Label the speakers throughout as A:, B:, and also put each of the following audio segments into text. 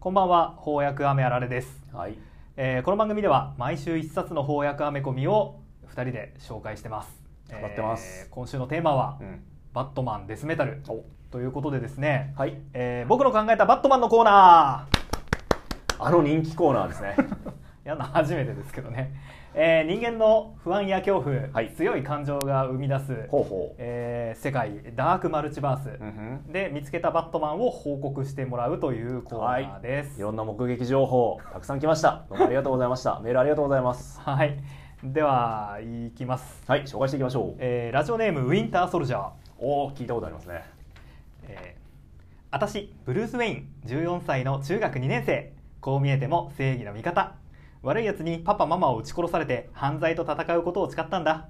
A: こんばんは翻訳アメあられです、
B: はい。
A: えーこの番組では毎週一冊の翻訳アメコミを二人で紹介してます
B: 語ってます
A: えー今週のテーマは、
B: ん。
A: バットマンデスメタル
B: お。
A: ということでですね、
B: はい。
A: えー僕の考えたバットマンのコーナー
B: あの人気コーナーですね。
A: い やな初めてですけどね、えー人間の不安や恐怖、
B: はい
A: 強い感情が生み出す、
B: ほうほう。
A: えー世界ダークマルチバース、
B: ん
A: で見つけたバットマンを報告してもらうというコーナーです
B: い。ろんな目撃情報たくさん来ました。どうもありがとうございました。メー ルありがとうございます。
A: はい、ではいきます、
B: はい、紹介していきましょう。
A: えーラジオネームウィンターソルジャー、
B: おお、聞いたことありますね。
A: えー、私ブルース・ウェイン14歳の中学2年生こう見えても正義の味方悪いやつにパパママを撃ち殺されて犯罪と戦うことを誓ったんだ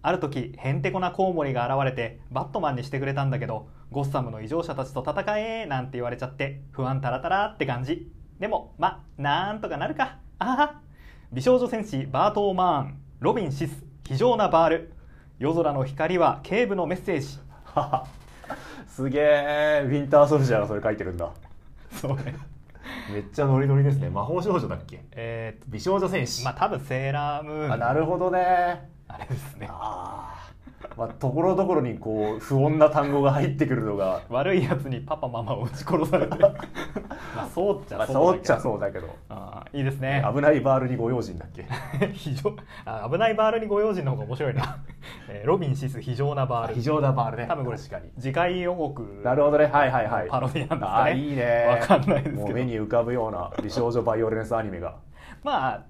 A: ある時へんてこなコウモリが現れてバットマンにしてくれたんだけどゴッサムの異常者たちと戦えなんて言われちゃって不安たらたらって感じでもまなんとかなるかあはは美少女戦士バートー・マーンロビン・シス非常なバール夜空の光は警部のメッセージ
B: はは すげえ、ウィンターソルジャーがそれ書いてるんだ。
A: そうね
B: めっちゃノリノリですね。魔法少女だっけ
A: えー
B: 美少女戦士
A: まあ多分セーラームーン
B: あ、なるほどね。
A: あれですね
B: ああ。まあ、ところどころにこう、不穏な単語が入ってくるのが、
A: 悪いやつにパパママを撃ち殺され てまあそうっち
B: ま
A: ゃ
B: あ、そうっちゃ
A: う
B: そうだけど。
A: あーいいですね
B: 危ないバールにご用心だっ け
A: 非常あ危ないバールにご用心の方が面白いな、えーロビンシス非常なバール
B: 非常なバールね
A: 多分これ
B: 確かに
A: 次回予告
B: なるほどねはいはいはい
A: パロディなんですかね
B: あいいね
A: わかんないですけど
B: もう目に浮かぶような美少女バイオレンスアニメが
A: まあ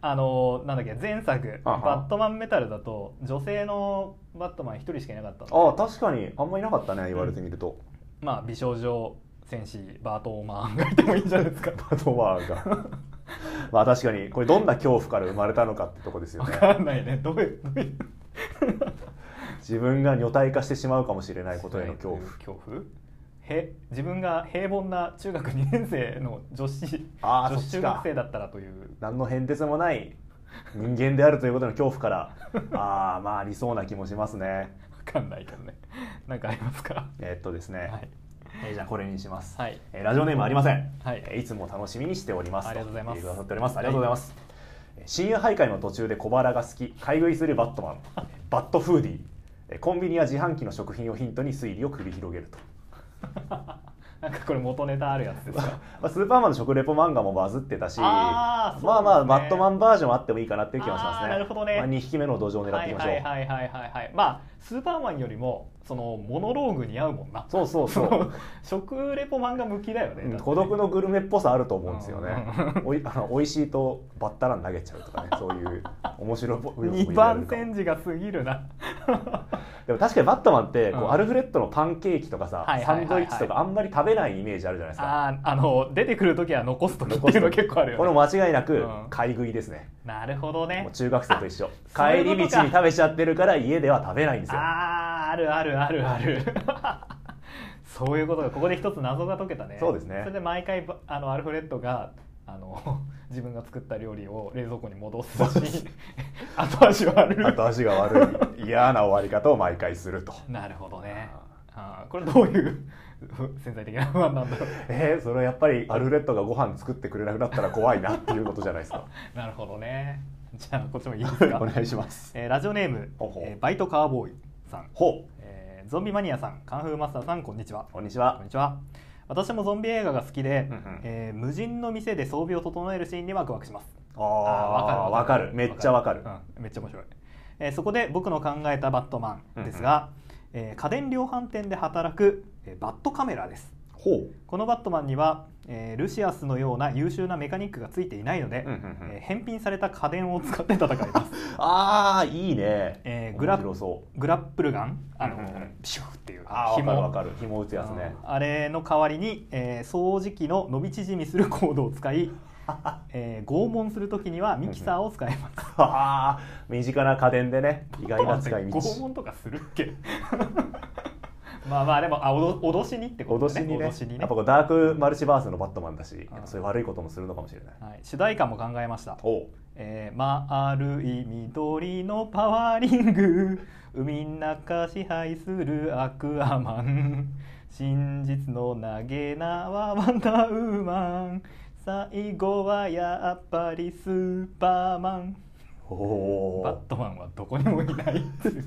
A: あのーなんだっけ前作「
B: あは
A: バットマンメタル」だと女性のバットマン一人しかいなかったの
B: ああ確かにあんまいなかったね言われてみると、
A: まあ美少女戦士バートーマンがいてもいいんじゃないです か
B: バトワーが まあ確かにこれどんな恐怖から生まれたのかってとこですよ
A: わ
B: ね
A: かんないねどういうどういう
B: 自分が女体化してしまうかもしれないことへの恐怖
A: 恐怖へ自分が平凡な中学2年生の女子
B: あ
A: 女
B: ーそ
A: 子
B: っち
A: 中
B: か
A: 学生だったらという
B: 何の変哲もない人間であるということの恐怖から ああまあありそうな気もしますね
A: わかんないけどね なんかありますか
B: えっとですね、
A: はい
B: えーじゃあこれにします
A: はい
B: えーラジオネームありません、
A: はい
B: えーいつも楽しみにしております
A: ありがとうございます
B: 言ってくださっておりますありがとうございます、えー深夜徘徊の途中で小腹が好き買い食いするバット マンバットフーディーえーコンビニや自販機の食品をヒントに推理を繰り広げると、
A: なんかこれ元ネタあるやつですか
B: まあ、スーパーマンの食レポ漫画もバズってたし
A: あーそうですね
B: まあまあバットマンバージョンあってもいいかなっていう気はします
A: あー
B: ね
A: なるほどね
B: まあ、2匹目の土壌を狙っ
A: は
B: てい
A: い
B: きましょ
A: は
B: う、
A: いはいはいはいはいまあスーパーマンよりもそのモノローグに合うもんな
B: そうそうそ
A: そう の食レポ漫画向きだよね
B: うん
A: だって
B: 孤独のグルメっぽさあると思うんですよね
A: うんうん。
B: おいあの美味しいとバッタラン投げちゃうとかね、そういう面白 い要素も入れられるかも。
A: 二番煎じが過ぎるな
B: でも確かにバットマンってこう、
A: うん
B: アルフレッドのパンケーキとかさ、
A: はいはいはいはい
B: サンドイッチとかあんまり食べないイメージあるじゃないですか
A: あーあの出てくる時は残す時っていうの結構ある
B: これ
A: よね
B: も間違いなく
A: うん
B: 買い食いですね、
A: なるほどね
B: もう中学生と一緒
A: あ
B: 帰り
A: そういうこと
B: 道
A: か
B: に食べちゃってるから家では食べないんですよ
A: あーあるあるあるあるそういうことがここで一つ謎が解けたね
B: そうですね
A: それで毎回ばあのアルフレッドがあの 自分が作った料理を冷蔵庫に戻すし 後味はある
B: 後味が悪い嫌な終わり方を毎回すると
A: なるほどねあ
B: あ
A: ーこれどういう 潜在的な不安なんだろう
B: えー、それはやっぱりアルフレッドがご飯作ってくれなくなったら怖いなっていうことじゃないで すか
A: なるほどねじゃあこっちもいいです
B: お
A: か、
B: 願いします
A: えーラジオネーム
B: ほうほう
A: えーバイトカーボーイさん、
B: ほう
A: えーゾンビマニアさんカンフーマスターさんこんにちは
B: こんにち
A: こん
B: は
A: にちは。私もゾンビ映画が好きで、
B: うんうん
A: えー無人の店で装備を整えるシーンにワクワクします。
B: ああわかるめっちゃわかる
A: うんめっちゃ面白い。えーそこで僕の考えたバットマンですが、えー家電量販店で働く、えーバットカメラです。
B: ほう
A: このバットマンには、えールシアスのような優秀なメカニックがついていないので、
B: うんうんうん
A: えー返品された家電を使って戦います。
B: ああいいね、
A: えーグラ
B: 面白そう
A: グラップルガン、あの、
B: うんうんうん
A: ピシューっていう
B: ああわかる
A: 紐
B: わかる紐打つやつね
A: あれの代わりに、えー掃除機の伸び縮みするコードを使 い、えー拷問するときにはミキサーを使います。
B: ああ身近な家電でね意外な使い道
A: 拷問とかするっけ まあまあでもあ脅脅しにってことね
B: 脅しにね
A: 脅しにね
B: やっぱこうダークマルチバースのバットマンだし
A: あー
B: やっぱそういう悪いこともするのかもしれない
A: はい、主題歌も考えました
B: おう
A: 「えー、丸い緑のパワーリング」「海ん中支配するアクアマン」真実の投げ名はワンダーウーマン最後はやっぱりスーパーマン
B: おお
A: バットマンはどこにもいないっていう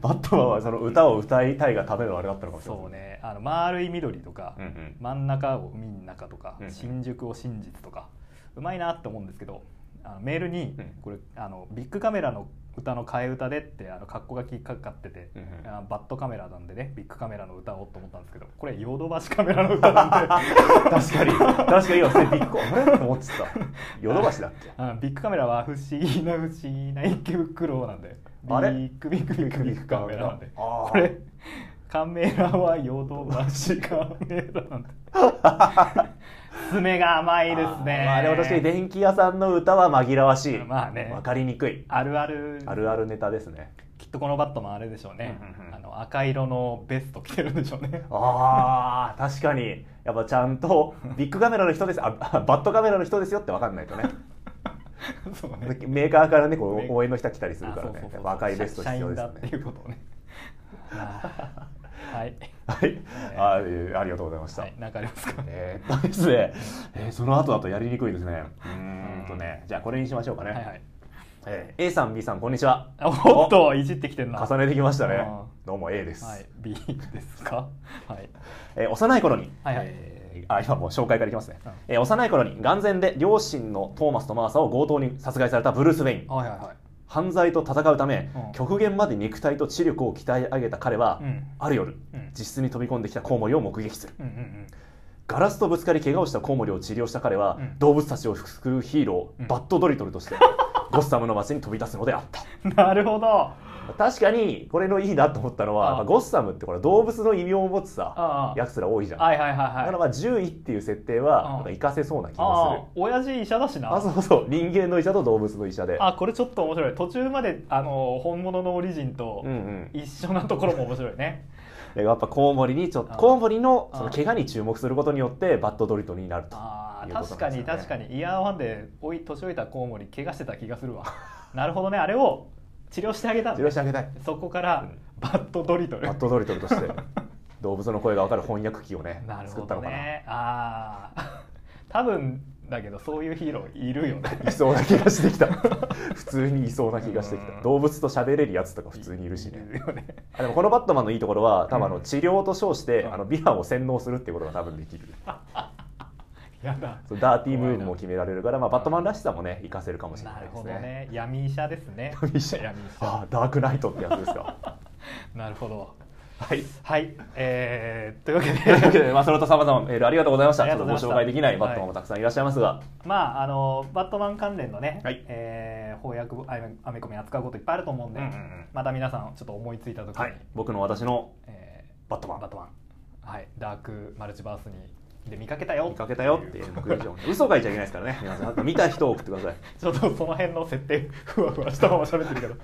B: バットマンはその歌を歌いたいがためのあれだったのかもしれない
A: そうねあの丸い緑とか、
B: うんうん
A: 真ん中を海の中とか、
B: うんうん
A: 新宿を真実とかうまいなって思うんですけどあのメールに、
B: うん
A: これあのビッグカメラの歌の替え歌でってあの格好がきかかってて、
B: うんうん
A: あバッドカメラなんでねビッグカメラの歌をと思ったんですけどこれヨドバシカメラの歌 なんで
B: 確かに確かに今それびっくりあれと思ってたヨドバシだっけ
A: あビッグカメラは不思議な不思議な池袋なんでビ
B: あれ
A: ッグビッグビッグビッグカメラなんで
B: あー
A: これカメラはヨドバシカメラなん で爪が甘いですね
B: あーまあ、でも確かに電気屋さんの歌は紛らわしい
A: まあね
B: 分かりにくい
A: あるある
B: あるあるネタですね
A: きっとこのバットマンあれでしょうね、
B: うんうんうん
A: あの赤色のベスト着てるんでしょうね
B: あー確かにやっぱちゃ んとビッグカメラの人ですああバットカメラの人ですよって分かんないとね
A: そうね
B: メーカーからねこ
A: メー
B: う応援の人来たりする
A: あ
B: か
A: そ
B: ら
A: うそう
B: ね
A: そう
B: 若いベスト
A: 社
B: 必
A: 社
B: 要
A: 員
B: で
A: だって
B: す
A: い
B: ね
A: うことを ねあーはい、
B: はいあーありがとうございました、
A: はい、なんかありますか
B: えーっとですね、えーその後だとやりにくいですね。うーんとね、じゃあこれにしましょうかね。
A: はいはい
B: えー A さん、B さん、こんにちは。
A: おっといじってきてるな
B: 重ねてきましたね
A: あ。
B: どうも A です。
A: はい B ですかはい
B: えー幼い頃に、
A: はいはい
B: えーあ今もう紹介からいきますね
A: うん。
B: えー幼い頃に眼前で両親のトーマスとマーサを強盗に殺害されたブルース・ウェイン。
A: はいはいはい
B: 犯罪と戦うため
A: うん、
B: 極限まで肉体と知力を鍛え上げた彼は、
A: うん
B: ある夜、
A: うん
B: 自室に飛び込んできたコウモリを目撃する。
A: うんうんうん
B: ガラスとぶつかり怪我をしたコウモリを治療した彼は、
A: うん
B: 動物たちを救うヒーロー、
A: うん
B: バッドドリト ルとしてゴッサムの街に飛び出すのであった
A: なるほど
B: 確かにこれのいいなと思ったのは
A: ああ
B: まあゴッサムってこれ動物の異名を持つさ
A: ああ
B: やつら多いじゃん、
A: はいはいはい
B: だ
A: は
B: から
A: い
B: まあ獣医っていう設定
A: う
B: は
A: ん
B: なんか活かせそうな気
A: あ
B: が
A: あ親父医者だし
B: す
A: な
B: るあそうそう人間の医者と動物の医者で
A: あこれちょっと面白い途中まであの本物のオリジンと
B: うんうん
A: 一緒なところも面白いね、
B: でやっぱコウモリにちょっ
A: あ
B: と
A: あ
B: コウモリのそ
A: あ
B: の
A: あ
B: 怪我に注目することによってバッドドリトルになると
A: あ
B: い
A: あ
B: うこと
A: 確か
B: なんですよ
A: に
B: ね
A: 確かにイヤーワンでおい年老いたコウモリ怪我してた気がするわなるほどねあれを治療してあげたん
B: 治
A: だ
B: 療してあげたい
A: そこから
B: うん
A: バットドリトル
B: バッドドリトル として動物の声が分かる翻訳機をね
A: なる
B: 作
A: ほ
B: ったの
A: ど
B: かな
A: ねああ 多分だけどそういうヒーローいるよね
B: いそうな気がしてきた 普通にいそうな気がしてき
A: う
B: た
A: ん
B: 動物と喋れるやつとか 普通にいるしね
A: よ ね
B: あでもこのバットマンのいいところは多分あ
A: う
B: の
A: ん
B: 治療と称して、
A: うん
B: あのヴィランを洗脳するっていうことが多分できる
A: やだ
B: そうダーティームーブも決められるから、まあ、バットマンらしさもね活かせるかもしれな
A: ないる
B: で
A: ほ
B: す
A: ど
B: ね
A: ね闇医者ですね
B: 闇医者
A: 闇医者
B: あダークナイトってやつで すか
A: なるほど
B: はい
A: はいえー、というわけ
B: と いうわけ
A: で
B: で、まあ、その他さまざまメールありがとうございました
A: あり
B: ちょ
A: が
B: っ
A: と
B: と
A: うご
B: ご
A: ざいました
B: 紹介できないバットマンもたくさんいらっしゃいますが、
A: まああのバットマン関連のね、
B: はい
A: えー翻訳あアメコミ扱うこといっぱいあると思うんで、
B: うんうんうん
A: また皆さんちょっと思いついた時に、
B: はい、僕の私の
A: えー
B: バットマ
A: バッ
B: ン
A: トマンはいダークマルチバースにで見かけたよ
B: 見かけたよっていう目撃情報嘘書いちゃいけないですからね皆さんあと見た人を送ってください
A: ちょっとその辺の設定ふわふわしたまま喋ってるけど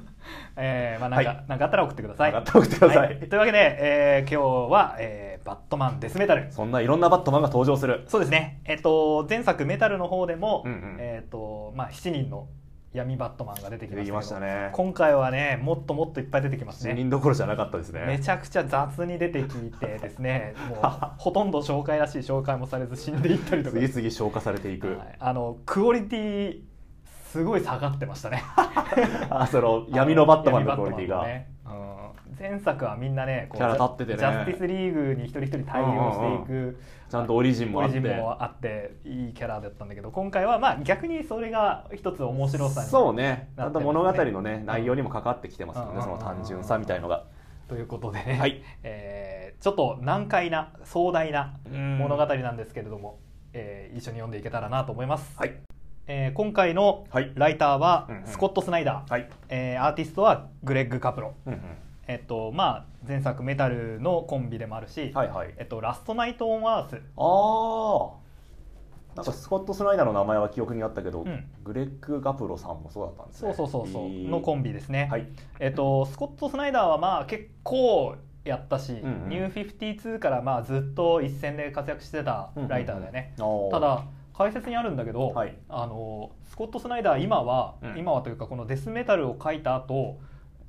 A: えーまあなんか、
B: はい
A: なんかあったら送ってください
B: なんかあったら送ってください
A: というわけで、えー今日は、えーバットマンデスメタル
B: そんないろんなバットマンが登場する
A: そうですね、えっと前作メタルの方でも、
B: うんうん
A: えっとまあ、7人の闇バットマンが出てきましたけ
B: 出てき
A: ど
B: ましたね
A: 今回はねもっともっといっぱい出てきます
B: 死
A: ね
B: 人どころじゃなかったですね
A: めちゃくちゃ雑に出てきてです ねもうほとんど紹介らしい紹介もされず死んでいったりとか
B: 次々消化されていく、
A: はいあのクオリティすごい下がってましたね
B: あその 闇のバットマンのクオリティが、
A: 闇バットマンのねうん前作はみんなねこう
B: キャラ立っててね
A: ジャスティスリーグに一人一人対応していく、
B: うんちゃんとオリジンも
A: オ
B: あっ
A: リ
B: て
A: ジンもあっていいキャラだったんだけど今回はまあ逆にそれが一つ面白さに
B: そうねち
A: な
B: ゃ
A: っ
B: ん
A: て
B: と
A: ますね
B: 物語のね内容にもかかってきてます
A: う
B: よ
A: ん
B: ね、
A: うん
B: その単純さみたいのが、
A: ということでね、
B: はい
A: えーちょっと難解な壮大な
B: うん
A: 物語なんですけれども、えー一緒に読んでいけたらなと思います、
B: はい
A: えー今回の
B: はい
A: ライターは
B: うんうん
A: スコット・スナイダー、
B: はい、
A: えーアーティストはグレッグ・カプロ、
B: うん
A: えっとまあ、前作メタルのコンビでもあるし、
B: はいはい
A: えっと、ラストナイト・オン・アース
B: ああなんかスコット・スナイダーの名前は記憶にあったけど、
A: うん
B: グレッグ・ガプロさんもそうだったんです
A: そ
B: ね
A: うそうそうそう
B: へー
A: のコンビですね、
B: はい
A: えっと、スコット・スナイダーはまあ結構やったし、
B: んうん
A: ニュー52からまあずっと一戦で活躍してたライターだよね、
B: うんうんうん
A: ただ解説にあるんだけど、
B: はい
A: あのスコット・スナイダー今は、
B: うん
A: 今はというかこのデスメタルを書いた後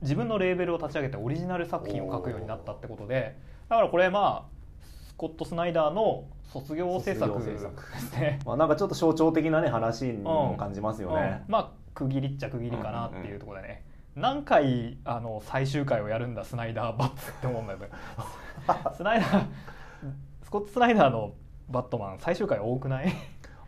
A: 自分のレーベルを立ち上げてオリジナル作品を書くようになったってことでだからこれまあスコット・スナイダーの卒業制作
B: 卒業
A: で
B: 制作
A: すね。
B: まあ、なんかちょっと象徴的なね話にも感じますよね、
A: うんまあ区切りっちゃ区切りかなっていうところでね、何回あの最終回をやるんだスナイダーバッツって思うん だよねスナイダースコット・スナイダーのバットマン最終回多くない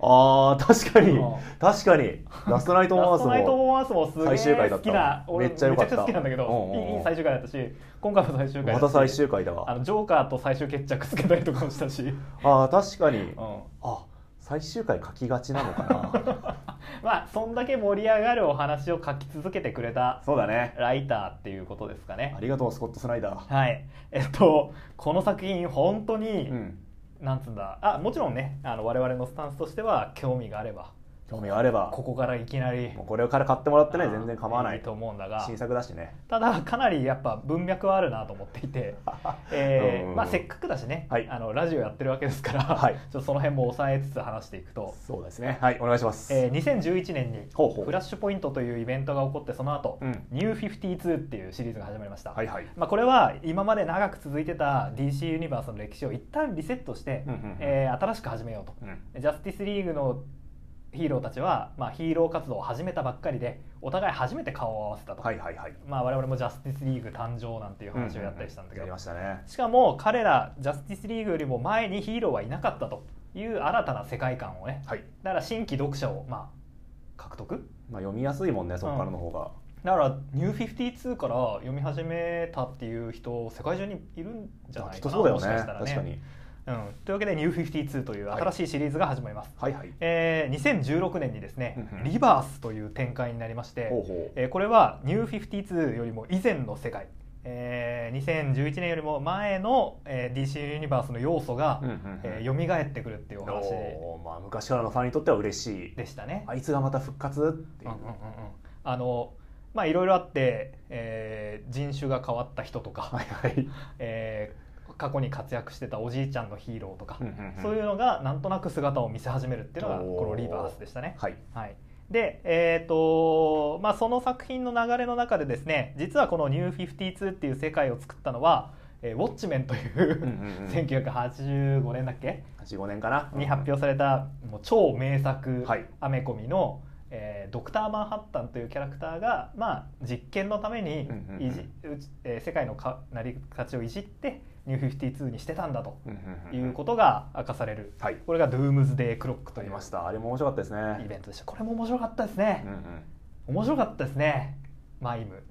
B: あー確かに、
A: うん
B: 確かにラストナイト・オンア
A: ラ
B: ー
A: ス
B: ス
A: トナイト・
B: も
A: オンアースもす
B: 最終
A: げ
B: 回
A: え
B: だっ
A: 好
B: た
A: きな俺
B: めっちゃ良かった
A: めちゃくちゃ好きなんだけど、
B: うんうんうん
A: いい最終回だったし今回も最終回だ
B: ま
A: した
B: 最終回だ
A: あ
B: わ
A: のジョーカーと最終決着つけたりとかもしたし、
B: あー確かに、
A: うん
B: あ最終回書きがちなのか な
A: まあそんだけ盛り上がるお話を書き続けてくれた
B: そうだね
A: ライターっていうことですかね
B: ありがとうスコット・スナイダー
A: はいえっとこの作品本当に、
B: うん、
A: なんつうんだあもちろんねあの我々のスタンスとしては興味があれば
B: 興味があれば
A: ここからいきなり
B: もうこれから買ってもらってね
A: あー
B: 全然構わない
A: と思うんだが
B: 新作だしね
A: ただかなりやっぱ文脈はあるなと思ってい て、えー
B: うん
A: まあ、せっかくだしね、
B: はい
A: あのラジオやってるわけですから、
B: はい
A: ちょっとその辺も抑えつつ話していくと、
B: そうですねはいお願いします、
A: えー2011年に
B: ほうほう
A: フラッシュポイントというイベントが起こってその後、
B: うん
A: ニュー52っていうシリーズが始まりました、
B: はいはい
A: まあ、これは今まで長く続いてた DC ユニバースの歴史を一旦リセットして、
B: うんうんうん
A: えー新しく始めようと、
B: うん
A: ジャスティスリーグのヒーローたちは、まあ、ヒーロー活動を始めたばっかりでお互い初めて顔を合わせたと、
B: はいはいはい
A: まあ、我々もジャスティスリーグ誕生なんていう話をやったりしたんだけど、
B: やりましたね
A: しかも彼らジャスティスリーグよりも前にヒーローはいなかったという新たな世界観をね
B: はい、
A: だから新規読者をまあ獲得
B: まあ、読みやすいもんねそこからの方が、
A: だからニュー52から読み始めたっていう人世界中にいるんじゃ
B: あ
A: な
B: き
A: い
B: っと
A: かな
B: そうだよ
A: もし
B: ね
A: かしたらね
B: 確かに
A: うん、というわけでニュー52という新しいシリーズが始まります、
B: はいはい
A: えー2016年にですね
B: うんうん
A: リバースという展開になりまして、
B: ほうほう
A: えーこれはニュー52よりも以前の世界、えー2011年よりも前の、えー DC ユニバースの要素が、
B: うんうんうん
A: えー蘇ってくるっていうお話
B: おーまあ、昔からのファンにとっては嬉しい
A: でしたね。
B: あいつがまた復活って
A: う
B: い
A: ん
B: う、
A: うんうんうんあのまあいろいろあって、えー人種が変わった人とか、
B: はいはい、
A: えー過去に活躍してたおじいちゃんのヒーローとか、
B: うんうんうん
A: そういうのがなんとなく姿を見せ始めるっていうのが
B: おー
A: このリバースでしたね。
B: はい
A: はい、で、えーとまあ、その作品の流れの中でですね実はこの「ニュー52」っていう世界を作ったのは「えーウォッチメン」という
B: うんうんうん
A: 1985年だっけ
B: 85年かな
A: に発表されたもう超名作
B: はい
A: アメコミの、えードクター・マンハッタンというキャラクターが、まあ、実験のために
B: うんうんうん
A: いじ、うちえー世界のか成り立ちをいじって「ニュー52」にしてたんだと
B: うんうん
A: い
B: うん
A: うことが明かされる、
B: はい
A: これが「ドゥームズデー・クロック」と
B: あ
A: い
B: り
A: う
B: ましたあれも面白かったです
A: イ
B: ね、
A: ベントでしたこれも面白かったですね
B: う、んうん
A: 面白かったですねマイム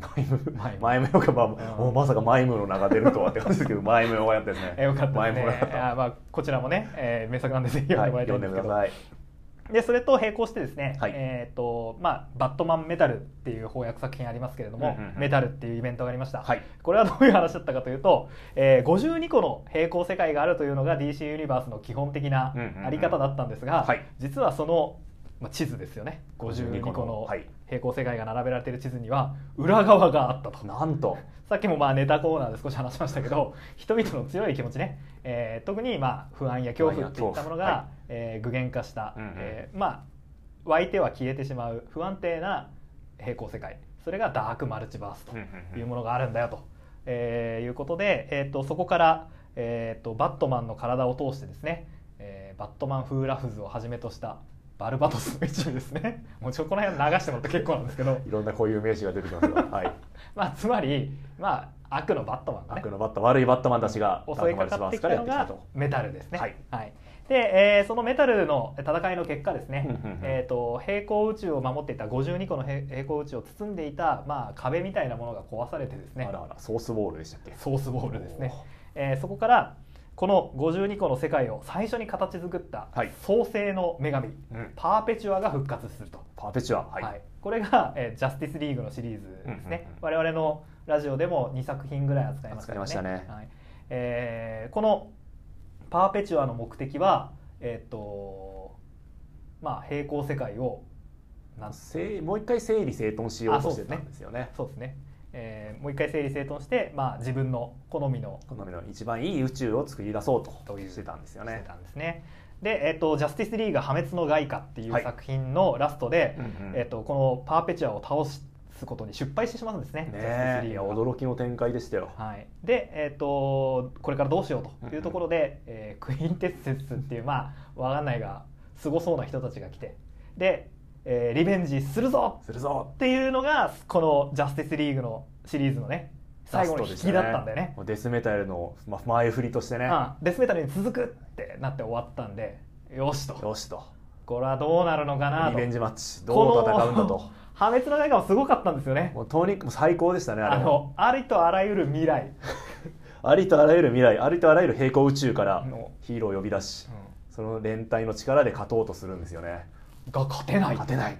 B: マイム
A: マイム
B: マイムよかまあ、
A: ん
B: もうまさかマイムの名が出るとはって感じ ですけどマイムよかったですね
A: え よかった
B: マ
A: で
B: イ
A: す
B: ム
A: ね
B: よかった
A: あーまあこちらもね、えー名作なんでぜひ読んでもらいたいんですけど、
B: はい、
A: でそれと並行してですね、
B: はい
A: えっ、とまあバットマンメタルっていう翻訳作品ありますけれども、
B: うんうんうん
A: メタルっていうイベントがありました、
B: はい
A: これはどういう話だったかというと、えー52個の平行世界があるというのが DC ユニバースの基本的な
B: うんうんうん
A: あり方だったんですが、
B: はい
A: 実はその、まあ、地図ですよね52個の
B: はい
A: 平行世界が並べられている地図には裏側があったと。
B: なんと
A: さっきもまあネタコーナーで少し話しましたけど人々の強い気持ちね、えー特にまあ不安や恐怖っていったものが、
B: 不安や恐怖はい
A: えー具現化した、
B: うんうん
A: えーまあ湧いては消えてしまう不安定な平行世界それがダークマルチバース
B: うん
A: と
B: うん
A: いううんものがあるんだよと、えーいうことで、えー、とそこから、えー、とバットマンの体を通してですね、えーバットマン風ラフズをはじめとしたバルバトスの一部ですねもうちょこの辺流してもらって結構なんですけど
B: いろんなこういう名詞が出てきま すが、はい、
A: まあつまりまあ悪のバットマンがね
B: 悪のバッタ悪いバットマンたちが
A: 襲いかかってきたのが
B: ダークマルチバースからやってきたと
A: メタルですね。
B: はい
A: で、えーそのメタルの戦いの結果ですね
B: うんうんうん、
A: えーと平行宇宙を守っていた52個の平平行宇宙を包んでいた、まあ、壁みたいなものが壊されてですね
B: あらあらソースボールでしたっけ
A: ソースボールですね、えーそこからこの52個の世界を最初に形作った
B: はい
A: 創世の女神、
B: うん
A: パーペチュアが復活すると。
B: パーペチュアは、
A: はいいこれが、えージャスティスリーグのシリーズですね、
B: うんうんうん
A: 我々のラジオでも2作品ぐらい扱いましたよ
B: 扱いましたね
A: はいえーこの「パーペチュア」の目的はえーっ、とまあ平行世界をなん
B: せいもう一回整理整頓しようとしてたんですよね
A: そうですね、えーもう一回整理整頓して、まあ、自分の好みの
B: 好みの一番いい宇宙を作り出そうと
A: という
B: してたんですよ
A: して
B: ね
A: たんですね。で、えーっと「ジャスティスリーグ破滅の外貨」ってい
B: は
A: う
B: い
A: 作品のラストで、
B: うんうん
A: えーっとこのパーペチュアを倒すすことに失敗してしまうんですねジャス
B: ね
A: ティス
B: え
A: リ
B: い
A: ー
B: や
A: グが
B: 驚きの展開でしたよ
A: はい、で、えー、とこれからどうしようというところで、えークインテッセスっていうまあわかんないがすごそうな人たちが来てで、えーリベンジするぞ
B: するぞ
A: っていうのがこのジャスティスリーグのシリーズのね最後の引きだったんだよね
B: もうデスメタルのま前振りとしてね、
A: うんデスメタルに続くってなって終わったんでよしと
B: よしと
A: これはどうなるのかな
B: リ
A: と
B: ベンジマッチどう戦うんだ
A: ことの破滅の中もすごかったんですよね
B: もうとにかく最高でしたねあ
A: あ
B: れは
A: のありとあらゆる未来
B: ありとあらゆる未来ありとあらゆる平行宇宙から
A: の
B: ヒーローを呼び出し、その連帯の力で勝とうとするんですよね
A: が勝てない
B: 勝てない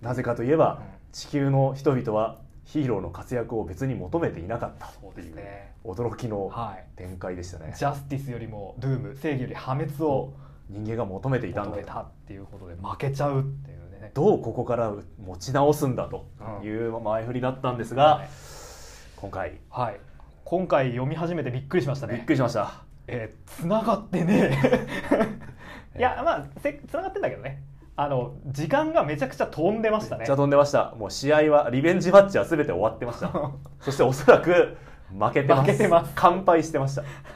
B: なぜかといえば、
A: うん
B: 地球の人々はヒーローの活躍を別に求めていなかった
A: そう
B: って
A: で
B: い
A: す
B: う
A: ね
B: 驚きの
A: はい
B: 展開でしたね、
A: ジャスティスよりもドゥーム正義より破滅を
B: 人間が求めていたん
A: 求
B: だ
A: め
B: と
A: たっていうことで負けちゃうっていうね
B: どうここから持ち直すんだという前振りだったんですが、
A: はい
B: 今回
A: はい今回読み始めてびっくりしましたね
B: びっくりしました
A: えー、繋がってねえ
B: えー
A: いやまあせ繋がってんだけどねあの時間がめちゃくちゃ飛んでました
B: め
A: ね
B: っちゃ飛んでましたもう試合はリベンジマッチは全て終わってました そしておそらく負けてます
A: 負けてます
B: 完敗してました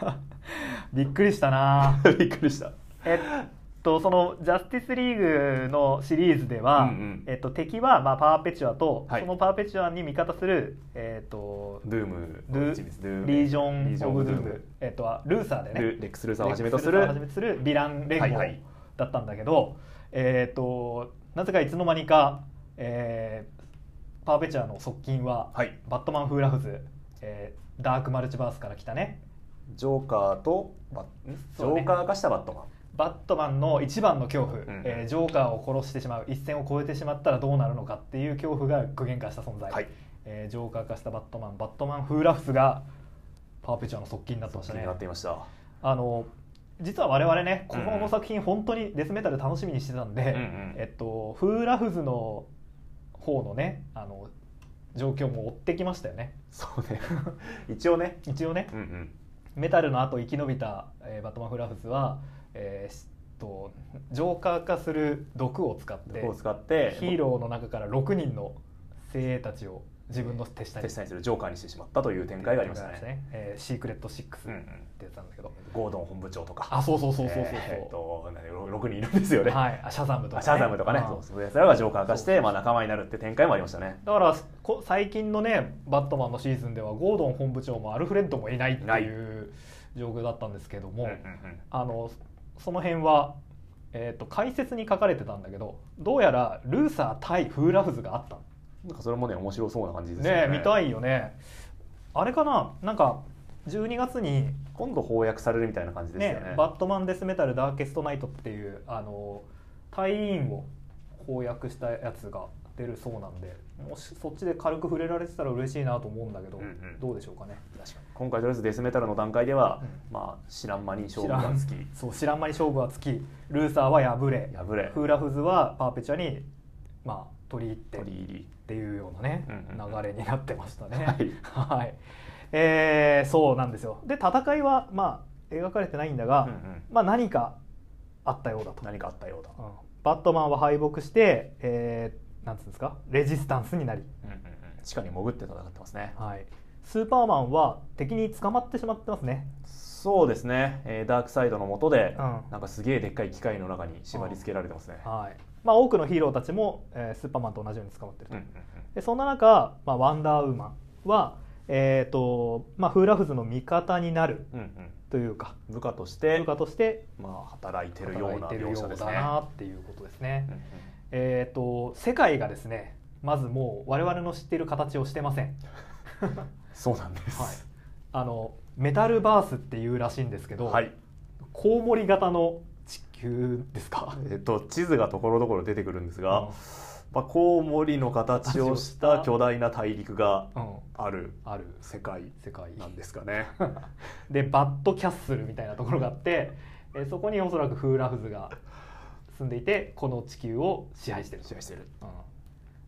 A: びっくりしたな
B: びっくりした
A: えっとそのジャスティスリーグのシリーズでは、
B: うんうん
A: えっと、敵は、まあ、パーペチュアと、
B: はい
A: そのパーペチュアに味方する、えっと、
B: ドゥーム
A: ル
B: の一部ですドゥーム
A: リージョン・オブ・ドゥー
B: リージョンオブドゥー
A: ム、えっと、はルーサーでね
B: ルレックス・ルーサーをはじめとす
A: レ
B: る
A: ックスルーサーをはじめとするヴィラン連
B: はい
A: 合
B: はい
A: だったんだけど、えっとなぜかいつの間にか、えーパーペチュアの側近は、
B: はい
A: バットマン・フーラフズ、えーダーク・マルチバースから来たね
B: ジョーカーとバッんジ
A: そう
B: ョ
A: ね
B: ーカー化したバットマン
A: バットマンの一番の恐怖、
B: ん
A: えージョーカーを殺してしまう一線を越えてしまったらどうなるのかっていう恐怖が具現化した存在、
B: はい
A: えージョーカー化したバットマンバットマンフーラフスがパーペチュアの側近になってまし
B: 気
A: た
B: に
A: ね
B: なっていました
A: あの実は我々ねこ
B: うんう
A: の
B: ん
A: 作品本当にデスメタル楽しみにしてたんで、
B: んうん
A: えっと、フーラフズの方のねあの状況も追ってきましたよね
B: そうね 一応ね
A: 一応ね
B: うんうん
A: メタルの後生き延びた、えーバットマン・フラフスは、えーしとジョーカー化する毒を使って
B: 毒を使って
A: ヒーローの中から6人の精鋭たちを自分の手下に
B: 手下にするジョーカーにしてしまったという展開がありましたね
A: えーシークレット6っ
B: うんう
A: て
B: ん
A: やつなんだけど、
B: ゴードン本部長とか
A: あそうそうそうそうそうそう、
B: えーっと何6人いるんですよね、
A: はい、あシャザムとか、
B: あシャザムとかね
A: あ、
B: そうそうやつらがジョーカー化し
A: そう
B: て、
A: そう
B: まあ、仲間になるって展開もありましたね。
A: だからこ最近のねバットマンのシーズンではゴードン本部長もアルフレッドもいないって
B: ない
A: いう状況だったんですけども、
B: うんうん
A: あのその辺は、えー、と解説に書かれてたんだけどどうやらルーサー対フーラフズがあった
B: うんなんかそれもね、面白そうな感じですよ
A: ね
B: ね。
A: 見た
B: い。
A: いよねあれかななんか12月に
B: 今度翻訳されるみたいな感じです
A: ね
B: よね。
A: バットマン・デス・メタル・ダーケスト・ナイト」っていうあの隊員を翻訳したやつが出るそうなんでもしそっちで軽く触れられてたら嬉しいなと思うんだけど、
B: うんうん
A: どうでしょうかね
B: 今回とりあえずデスメタルの段階では、
A: う
B: まあ知らん間に勝負がつき、
A: そう知らん間に勝負はつきルーサーは敗れ
B: 破れ、
A: フーラフズはパーペチュアに、まあ、取り入って
B: 取り入り。
A: っていうようなね、
B: うんうん
A: 流れになってましたね。
B: はい
A: はいえーそうなんですよで戦いは、まあ、描かれてないんだが、
B: うんうん
A: まあ、何かあったようだと、
B: 何かあったようだ。
A: うんバットマンは敗北して、えーなんつうんですかレジスタンスになり、
B: 地下に潜って戦ってますね。
A: はい、スーパーマンは敵に捕まってしまってますね。
B: そうですね。えーダークサイドの下で、
A: うん
B: なんかすげえでっかい機械の中に縛り付けられてますね。
A: はいまあ、多くのヒーローたちも、えースーパーマンと同じように捕まってると、
B: うんうん
A: でそんな中、まあ、ワンダーウーマンは、えーとまあ、フーラフズの味方になる
B: うんうんうん
A: というか
B: 部下として
A: 部、下として
B: まあ働いてるよ
A: 働
B: う
A: い
B: な
A: てる
B: 描
A: よ
B: 写
A: う
B: です
A: だ
B: ね。
A: なっていうことですね
B: うん。うん
A: えっ、と世界がですねまずもう我々の知っている形をしてません。
B: そうなんで
A: はい、あのメタルバースっていうらしいんですけど、
B: はい。
A: コウモリ型の地球ですか。
B: えっと地図がところどころ出てくるんです
A: うん
B: が、まあコウモリの形をした巨大な大陸が
A: うん、
B: ある
A: ある
B: 世界
A: 世界
B: なんですかね。
A: でバッドキャッスルみたいなところがあって、えーそこにおそらくフーラフズが住んでいてこの地球を支配してると
B: 支配してる。
A: うん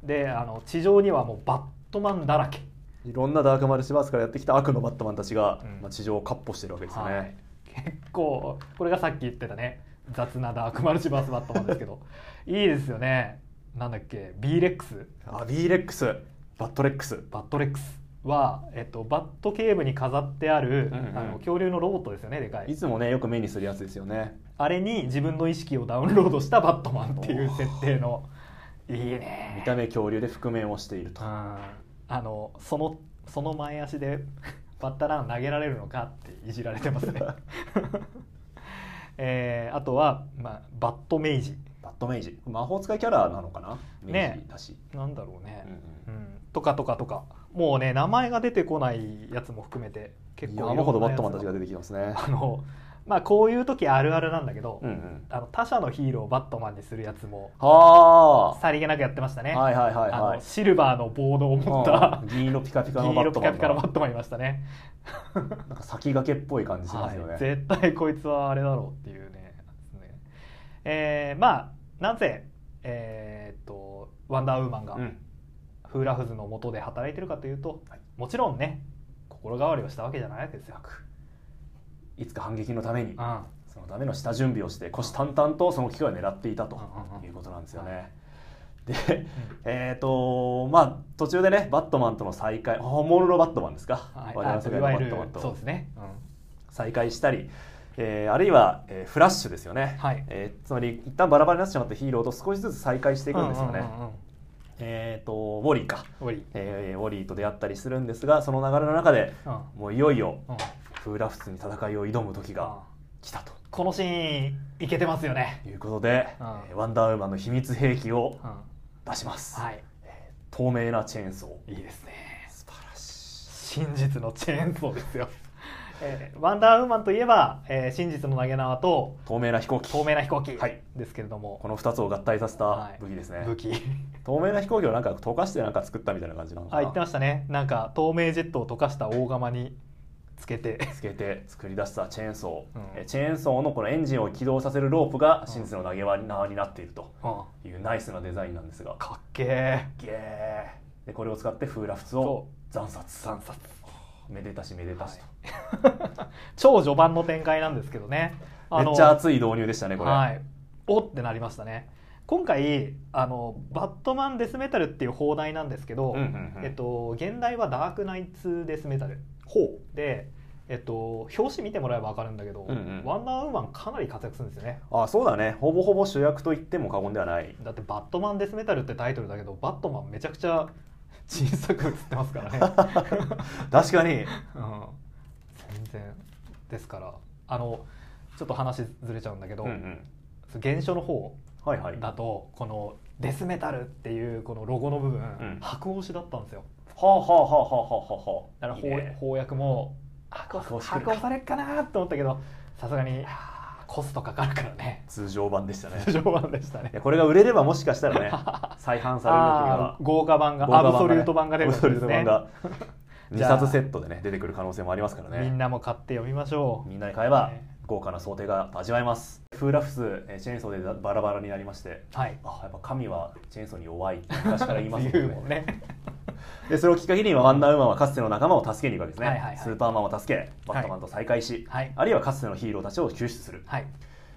A: であの地上にはもうバットマンだらけ、
B: いろんなダークマルチバースからやってきた悪のバットマンたちが
A: うん、
B: まあ地上をかっ歩してるわけですよ
A: はい
B: ね。
A: 結構これがさっき言ってたね雑なダークマルチバース バットマンですけどいいですよねなんだっけ B レックス
B: あ、ビーレックス。バットレックス
A: バットレックスは、えっと、バットケーブに飾ってある、
B: うんうん
A: あの恐竜のロボットですよねでか
B: い
A: い
B: つもねよく目にするやつですよね
A: あれに自分の意識をダウンロードしたバットマンっていう設定のいいね
B: 見た目恐竜で覆面をしている
A: う
B: と
A: んあのそのその前足で バッタラン投げられるのかっていじられてます ねえーあとは、まあ、バットメイジ
B: バットメイジ魔法使いキャラなのかな
A: ね
B: 明治だし、
A: なんだろうね、
B: うん
A: うんとかとかとかもうね名前が出てこないやつも含めて結構いろんな
B: 山ほどバットマン
A: や
B: た
A: つ
B: ちが出てきますね
A: あのまあこういう時あるあるなんだけど、
B: うんうん
A: あの他社のヒーローをバットマンにするやつも
B: は
A: さりげなくやってました
B: あ
A: ね、
B: はいはいはいは
A: あ
B: い
A: のシルバーのボードを持った
B: うん銀色ピカピカの
A: 黄
B: バ
A: 色ピ
B: ットマ
A: カ
B: ン
A: ピカのバ
B: が
A: ットマンいましたね
B: なんか先駆けっぽい感じしますよ
A: はい、
B: ね
A: 絶対こいつはあれだろうっていうねねえーまあなぜえーっとワンダーウーマンが
B: うん
A: フーラフズの元で働いてるかというと、
B: はい
A: もちろんね心変わりをしたわけじゃないわけですよ、
B: いつか反撃のために
A: うんは
B: そのための下準備をして虎視眈々とその機会を狙っていたと
A: うんうんうん
B: いうことなんですよね。で、えーとまあ、途中でねバットマンとの再会本物のバットマンですか、
A: い、
B: 我々の世
A: あい
B: 界の
A: わ
B: バ
A: ゆ
B: ッ
A: る
B: トマン
A: そう
B: と
A: ですね、うん
B: 再会したり、えーあるいは、えーフラッシュですよね、
A: はい
B: えーつまり一旦バラバラになってしまったヒーローと少しずつ再会していくんですよね。
A: ううんうんうん
B: えーとウォリーか、
A: 終わり
B: えーウォリーと出会ったりするんですがその流れの中で
A: うん
B: もういよいよ
A: うん
B: フーラフスに戦いを挑む時
A: うん
B: が来たと。
A: このシーンいけてますよね、
B: ということで、
A: うん
B: えーワンダーウーマンの秘密兵器を
A: うん
B: 出します、
A: はい
B: 透明なチェーンソー
A: いいですね
B: 素晴らし
A: 真実のチェーンソーですよ、 えーワンダーウーマンといえば、えー真実の投げ縄と
B: い透明な飛行機
A: 透明な飛行機
B: はい
A: ですけれども、
B: この2つを合体させた
A: はい
B: 武器ですね、
A: 武 器
B: 透明な飛行機をなんか溶かしてなんか作ったみたいな感じなの
A: あ
B: かな
A: 言ってましたねなんか透明ジェットを溶かした大釜につけて
B: つけて作り出したチェーンソー、
A: うん
B: えーチェーンソーのこのエンジンを起動させるロープが真実の投げ輪に縄になっていると
A: うん
B: いうナイスなデザインなんですが
A: かっけえ
B: ゲーでこれを使ってフーラフツを
A: そ
B: 惨殺
A: 3冊
B: めでたしめでたしと、
A: 超序盤の展開なんですけどねあの
B: めっちゃ熱い導入でしたねこれ、
A: はい、おってなりましたね今回あの「バットマン・デスメタル」っていう放題なんですけど、
B: うんうんうん
A: えっと、現代は「ダークナイツ・デスメタル」で、えっと、表紙見てもらえば分かるんだけど、
B: うんうん
A: ワンダーウーマンかなり活躍するんですよね
B: あそうだねほぼほぼ主役と言っても過言ではない
A: だって「バットマン・デスメタル」ってタイトルだけどバットマンめちゃくちゃ 小さく映ってます からね、
B: 確かに
A: うん、全然ですからあのちょっと話ずれちゃうんだけど、
B: うんうん
A: 現象の方
B: はいはい
A: だとこのデスメタルっていうこのロゴの部分、
B: ん
A: 白押しだったんですよ
B: はあはあはあはあはあはあ
A: だから
B: いい
A: 翻
B: ね
A: 翻訳も白押
B: 白押し
A: し
B: 来るか
A: 白押されっかなと思ったけどさすがにコストかかるからね
B: 通常版でしたね
A: 通常版でしたね
B: いやこれが売れればもしかし たらね再販され
A: あー豪華版
B: る
A: が
B: 時が
A: アブソリュート版が出る
B: ア
A: ん
B: ブソリ
A: で
B: ュー
A: す
B: ト版
A: ね
B: が
A: じ
B: 2
A: ゃあ
B: 冊セットでね出てくる可能性もありますから
A: みん
B: ね
A: なも買って読みましょ
B: みんなで買えば
A: ね
B: 豪華な想定が味わえますフーラフスえーチェーンソーでバラバラになりまして
A: うはい
B: あやっぱ神はチェーンソーに弱いって昔から言います
A: 自由
B: よ
A: も
B: ね
A: ね
B: でそれをきっかけに今ワンダーウーマンはかつての仲間を助けに行くわけですね、
A: はいはいはい
B: スーパーマンを助けバットマンと再会し、
A: はい
B: あるいはかつてのヒーローたちを救出する、
A: はい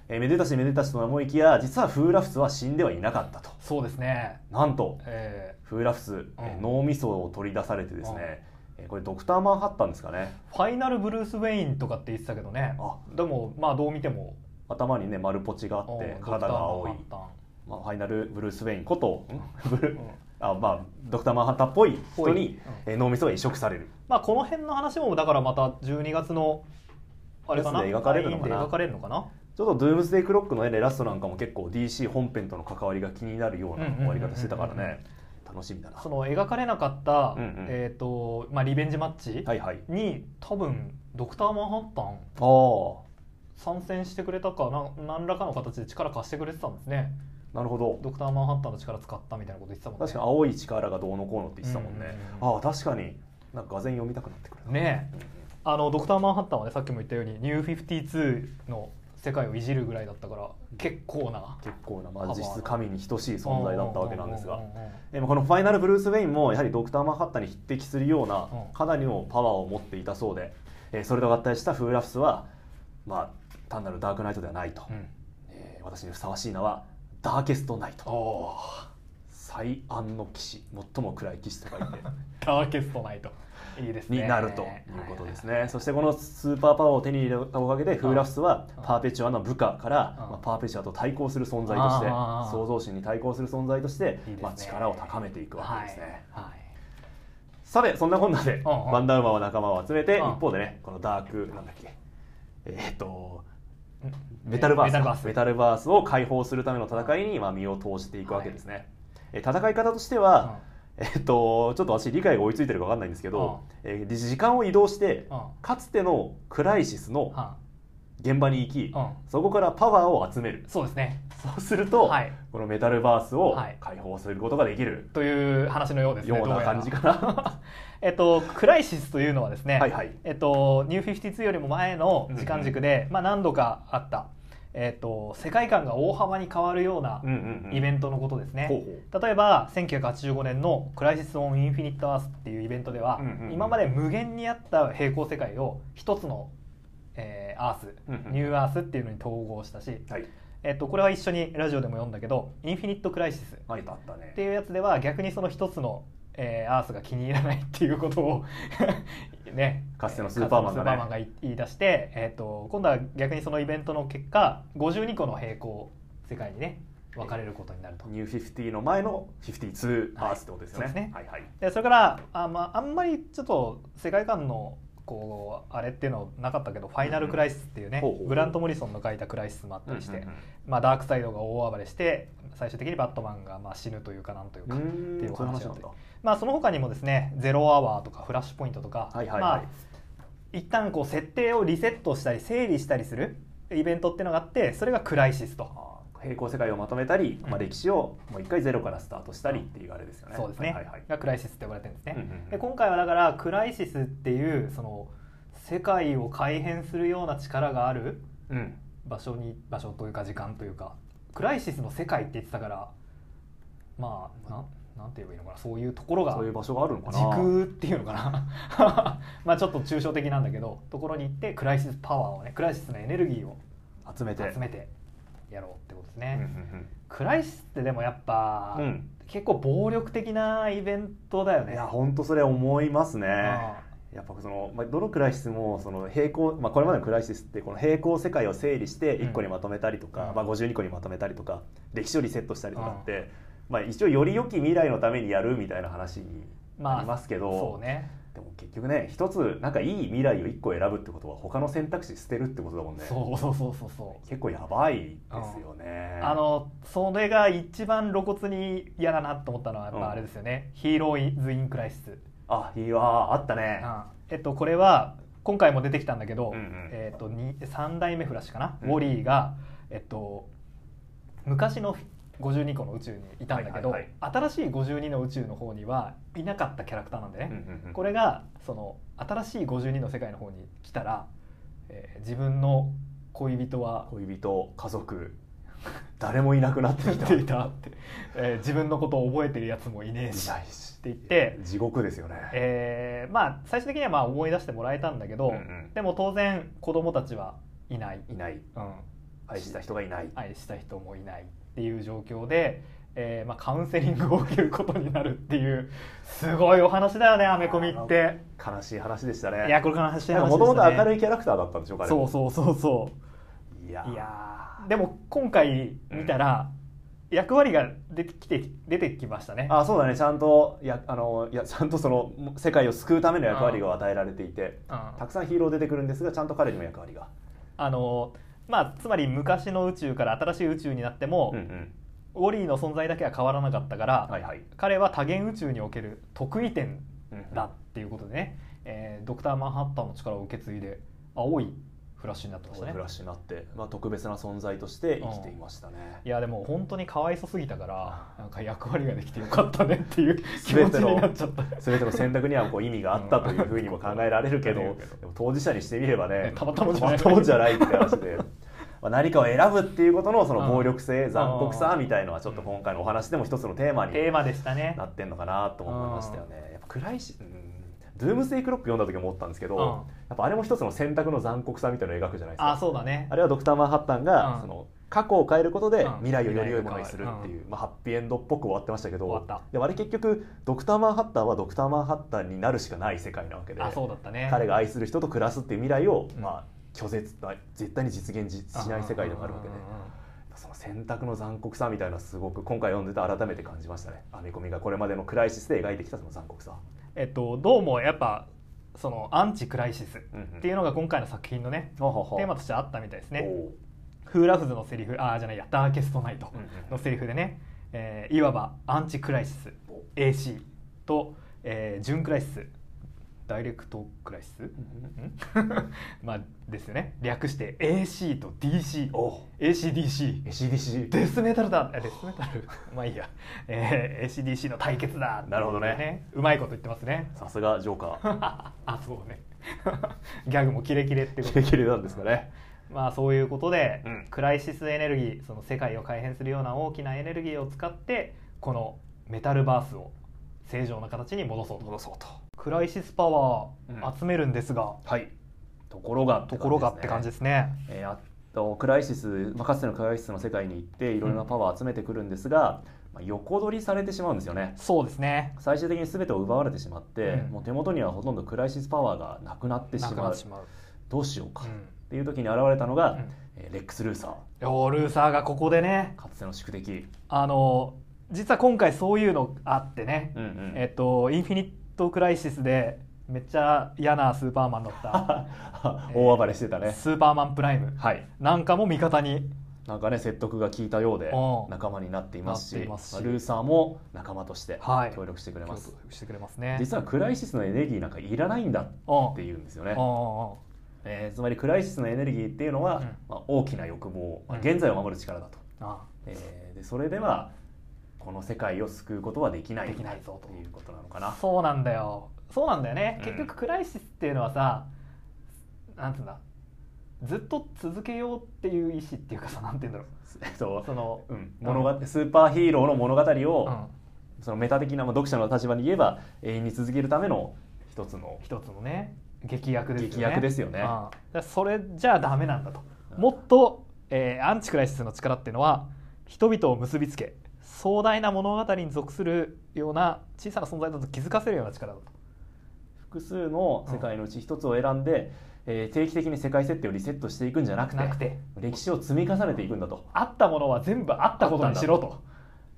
B: えーめでたしめでたしと思いきや実はフーラフスは死んではいなかったと
A: そうですね
B: なんと
A: え
B: フーラフス、えー
A: うん
B: 脳みそを取り出されてですね、えーこれドクターマンハッタンですかね
A: ーファイナルブルース・ウェインとかって言ってたけどね
B: あ
A: でもまあどう見ても
B: 頭にね丸ポチがあっ
A: うん
B: て
A: ドクター
B: 体が青い
A: マンハッ、タン
B: まあ、ファイナルブルース・ウェインことブル
A: うん
B: あまあ、ドクターマンハッタンっぽい人
A: ぽい
B: に、えー脳みそが移植される
A: まあ、この辺の話もだからまた12月のあれかな
B: やつで描かれるのかな
A: ラインで描かれるのかな
B: ちょっとドゥームスデイクロックのねラストなんかも結構 DC 本編との関わりが気になるような
A: うんうんうんうん
B: 終わり方してたからね楽しみだな
A: その描かれなかった、
B: うんうん
A: えーとまあ、リベンジマッチ
B: はいはい
A: に、多分ドクター・マンハッタン
B: ああ
A: 参戦してくれたかな何らかの形で力貸してくれてたんですね
B: なるほど
A: ドクター・マンハッタンの力使ったみたいなこと言ってたもんね
B: 確かに青い力がどうのこうのって言ってたもんね、
A: うんうん
B: ああ確かになんか俄然読みたくなってくるな
A: ね
B: うんうん
A: あのドクター・マンハッタンはねさっきも言ったようにニュー52の世界をいじるぐらいだったから結構な
B: 結構な、まあ、実質神に等しい存在だったわけなんですが
A: うううんうん
B: でもこの「ファイナルブルース・ウェイン」もやはりドクター・マンハッタンに匹敵するような
A: うん
B: かなりのパワーを持っていたそうで、えーそれと合体したフーラフスはまあ単なるダークナイトではないと、
A: うん
B: えー私にふさわしいのはダーケストナイト
A: おー
B: さ最安の騎士最も暗い騎士とか言って
A: ダーケストナイトいいですね
B: になるということですね、そしてこのスーパーパワーを手に入れたおかげでフーラフスは
A: うん
B: パーペチュアの部下から、
A: うん
B: まあ、パーペチュアと対抗する存在として
A: あーあーあー
B: 創造神に対抗する存在として
A: いいですね
B: まあ、力を高めていくわけですね、
A: はいはい
B: さてそんなこんなで
A: うんうん
B: バンダウマは仲間を集めて
A: うん
B: 一方でねこのダークなんだっけえーっと
A: うん
B: メタルバース
A: メタルバース
B: メタルバースを解放するための戦いにまあ身を投じていくわけですね、え戦い方として
A: うん
B: は、えーっとちょっと私理解が追いついてるか分かんないんですけど、えー時間を移動して
A: うん
B: かつてのクライシスの
A: は
B: 現場に行き、
A: うん
B: そこからパワーを集める
A: そうですね
B: そうすると、
A: はい
B: このメタルバースを
A: はい
B: 解放することができる
A: という話のようですね
B: ような感じか
A: ど
B: な、
A: うやらえっとクライシスというのはですね、
B: はいはい
A: えっと、ニュー52よりも前の時間軸で、まあ、何度かあった、えっと、世界観が大幅に変わるような
B: うんうんうん
A: イベントのことですね、
B: ほうほ
A: 例えば1985年の「クライシス・オン・インフィニット・アース」っていうイベントでは、
B: うんうんうん
A: 今まで無限にあった平行世界を一つの、えーアース、
B: うんうん
A: ニューアースっていうのに統合したし、
B: はい
A: えっと、これは一緒にラジオでも読んだけど「インフィニット・クライシス」
B: あいたあったね
A: っていうやつでは逆にその一つの、えーアースが気に入らないっていうことを ね
B: かつてのスーパーマンが
A: かつてのスーパー
B: ね
A: マンが言い出して、えー、と今度は逆にそのイベントの結果52個の平行世界にね分かれることになると。
B: ニュー50の前の52アースってことですよ
A: はいそう
B: ね。
A: ですね
B: はいはい。
A: でそれからあ,、まあ、あんまりちょっと世界観のこうあれっていうのなかったけど「ファイナル・クライシス」っていうね、
B: ほうほうほう
A: グラント・モリソンの書いたクライシスもあったりして、まあ、ダークサイドが大暴れして最終的にバットマンがまあ死ぬというかなんというか、
B: ん
A: っていうお話
B: そ
A: な
B: うんいう話なん
A: で
B: だ。
A: まあ、その他にもですね「ゼロアワー」とか「フラッシュポイント」とか、
B: はいはいはい。
A: まあ、一旦こう設定をリセットしたり整理したりするイベントっていうのがあってそれがクライシスと、
B: あー平行世界をまとめたり、
A: うん
B: まあ歴史をもう一回ゼロからスタートしたりっていうあれですよね。
A: そうですね、
B: はいはい。
A: がクライシスって呼ばれてるんですね、
B: うんうんうん
A: で今回はだからクライシスっていうその世界を改変するような力がある
B: うん。
A: 場所に場所というか時間というかクライシスの世界って言ってたからまあなんなんて言えばいいのかなそういうところが
B: そういう場所があるのかな。
A: 時空っていうのかな まあちょっと抽象的なんだけどところに行ってクライシスパワーをねクライシスのエネルギーを
B: 集めて。
A: 集めてやろうってことです
B: うん
A: ね、クライシスってでもやっぱ、
B: うんうん。うん
A: 結構暴力的なイベントだよね
B: いや本当それ思いますね。
A: あ
B: やっぱその、まあ、どのクライシスもその平行、まあ、これまでのクライシスってこの平行世界を整理して1個にまとめたりとか、
A: うん
B: まあ、52個にまとめたりとか歴史をリセットしたりとかって、まあ、一応より良き未来のためにやるみたいな話に
A: まあ
B: なりますけど、
A: そうね
B: でも結局ね一つなんかいい未来を1個選ぶってことは他の選択肢捨てるってことだもんね
A: そうそうそうそうそう
B: 結構やばいですよね。
A: あのそれが一番露骨に嫌だなと思ったのはやっぱあれですよね、ヒーローズ・イン・クライシス、
B: あいいわあったね。
A: えっとこれは今回も出てきたんだけど、
B: うんうん
A: えっとに3代目フラッシュかな、
B: うん
A: ウォリーが、えっと、昔の52個の宇宙にいたんだけど、
B: はいはい
A: 新しい52の宇宙の方にはいなかったキャラクターなんでね、
B: うんうんうん
A: これがその新しい52の世界の方に来たら、えー自分の恋人は
B: 恋人家族 誰もいなくなって
A: 生
B: き
A: き
B: た
A: ていたって、えー自分のことを覚えてるやつもいねえ
B: い
A: し
B: な
A: っ
B: いして
A: 言って、
B: 地獄ですよね。
A: えーまあ最終的にはまあ思い出してもらえたんだけど、
B: うんうん
A: でも当然子供たちはいない、
B: いない
A: うん、
B: 愛した人がいない、
A: 愛した人もいないっていう状況で、えーまあ、カウンセリングを受けることになるっていうすごいお話だよねアメコミって。
B: 悲しい話でしたね
A: いやこれから話
B: なんかもともと明る
A: い
B: いキャラクターだったんでしょうかね
A: そうそうそうそう
B: いや
A: いやーでも今回見たら、役割が出てきて出てきましたね。
B: あそうだねちゃんとやあのいやちゃんとその世界を救うための役割が与えられていて
A: うん
B: たくさんヒーロー出てくるんですがちゃんと彼にも役割が、
A: あのまあつまり昔の宇宙から新しい宇宙になっても、
B: ん、
A: ウォリーの存在だけは変わらなかったから、
B: はいはい、
A: 彼は多元宇宙における得意点
B: うん
A: だっていうことでね、えードクター・マンハッタンの力を受け継いで青いフラッシュになってましたね
B: フラッシュになって、まあ、特別な存在として生きていましたね、
A: いやでも本当にかわいそすぎたからなんか役割ができてよかったねっていう気持
B: 全
A: ち
B: ての
A: になっちゃった、
B: 全ての選択にはこう意味があったというふうにも考えられるけど、
A: うん
B: でも当事者にしてみればね
A: ねたまたまじゃない
B: たまたまじゃないって話で。まあ何かを選ぶっていうことのその暴力性、
A: うん
B: 残酷さ
A: うん
B: みたいのはちょっと今回のお話でも一つのテーマに
A: テーマでしたね
B: なってんのかなとも思いましたよね。やっぱ暗いし、うんドゥームスイクロック読んだ時も思ったんですけど、
A: うん
B: やっぱあれも一つの選択の残酷さみたいなのを描くじゃないですか。
A: あそうだね
B: あれはドクター・マンハッタンが、
A: うん
B: その過去を変えることで
A: うん
B: 未来をより良いものにするっていう、まあ、ハッピーエンドっぽく終わってましたけど
A: 終わった
B: でもあれ結局ドクター・マンハッタンはドクター・マンハッタンになるしかない世界なわけで
A: あそうだったね
B: 彼が愛する人と暮らすっていう未来を、
A: うん
B: まあ、拒絶まあ絶対に実現じしない世界でもあるわけで、その選択の残酷さみたいなのすごく今回読んでて改めて感じましたね編み込みがこれまでのクライシスで描いてきたその残酷さ、
A: えっとどうもやっぱそのアンチクライシス
B: うんうん
A: っていうのが今回の作品のね
B: ほうほうほう
A: テーマとしてあったみたいですね
B: おう
A: フーラフズのセリフあーじゃないやダーケストナイト
B: うんうん
A: のセリフでね、えーいわばアンチクライシス AC と、えー、準クライシスダイレクトクライシス、ん まあですよね略して AC と DC
B: おう
A: ACDC
B: ACDC
A: デスメタルだあデスメタ ルまあいいや、えー ACDC の対決だ
B: なるほどね
A: うまいこと言ってますね
B: さすがジョーカ
A: あそうね ギャグもキレキレってこと
B: ーキレキレなんですかね
A: まあそういうことで、
B: うん
A: クライシスエネルギーその世界を改変するような大きなエネルギーを使ってこのメタルバースを正常な形に戻そうと
B: 戻そうと
A: クライシスパワ
B: う
A: ー
B: ん
A: 集めるんですが、
B: はいところが
A: ところがって感じですね
B: えーあとクライシス、まあ、かつてのクライシスの世界に行っていろいろなパワーを集めてくるんですが、まあ、横取りされてしまうんですよね
A: そうですね
B: 最終的に全てを奪われてしまって、
A: うん
B: もう手元にはほとんどクライシスパワーがなくなってし
A: なく
B: ま
A: なっ
B: う
A: てしまう、
B: どうしようか、
A: う
B: っ
A: ん
B: ていう時に現れたのが、
A: うん
B: えーレックス・ルーサ
A: いやルーサーがここでね
B: ーかつての宿敵、
A: あの実は今回そういうのあってね、
B: うんうん
A: えっとインフィニットクライシスでめっちゃ嫌なスーパーマンだっ
B: 大暴れしてた
A: た
B: ね、
A: スーパーマンプライム
B: はい
A: なんかも味方に
B: なんかね説得が効いたようで
A: うん
B: 仲間になっていますし
A: なっていますし
B: まあルーサーも仲間として
A: はい
B: 協力してくれます、
A: してくれますね
B: 実はクライシスのエネルギーなんかいらないんだ
A: うん
B: っていうんですよね、
A: うんうんうん
B: えーつまりクライシスのエネルギーっていうのは、
A: うん
B: まあ、大きな欲望、まあ
A: うん
B: 現在を守る力だと、
A: あ
B: えーでそれではこの世界を救うことはできない
A: できないぞと
B: っていうことなのかな
A: そうなんだよそうなんだよね、
B: うん
A: 結局クライシスっていうのはさなんつうんだずっと続けようっていう意思っていうかさなんて言うんだろ
B: えっと
A: うその、
B: うん、物語スーパーヒーローの物語を、
A: うん
B: そのメタ的な、まあ、読者の立場に言えば永遠に続けるための一つの
A: 一つのね劇薬ですよね
B: 劇薬ですよね
A: うんだからそれじゃあダメなんだと、
B: うん
A: もっと、えーアンチクライシスの力っていうのは人々を結びつけ壮大な物語に属するような小さな存在だと気づかせるような力だと
B: 複数の世界のうち一つを選んで、えー定期的に世界設定をリセットしていくんじゃなくて
A: なくて
B: 歴史を積み重ねていくんだと
A: あったものは全部あったことにしろと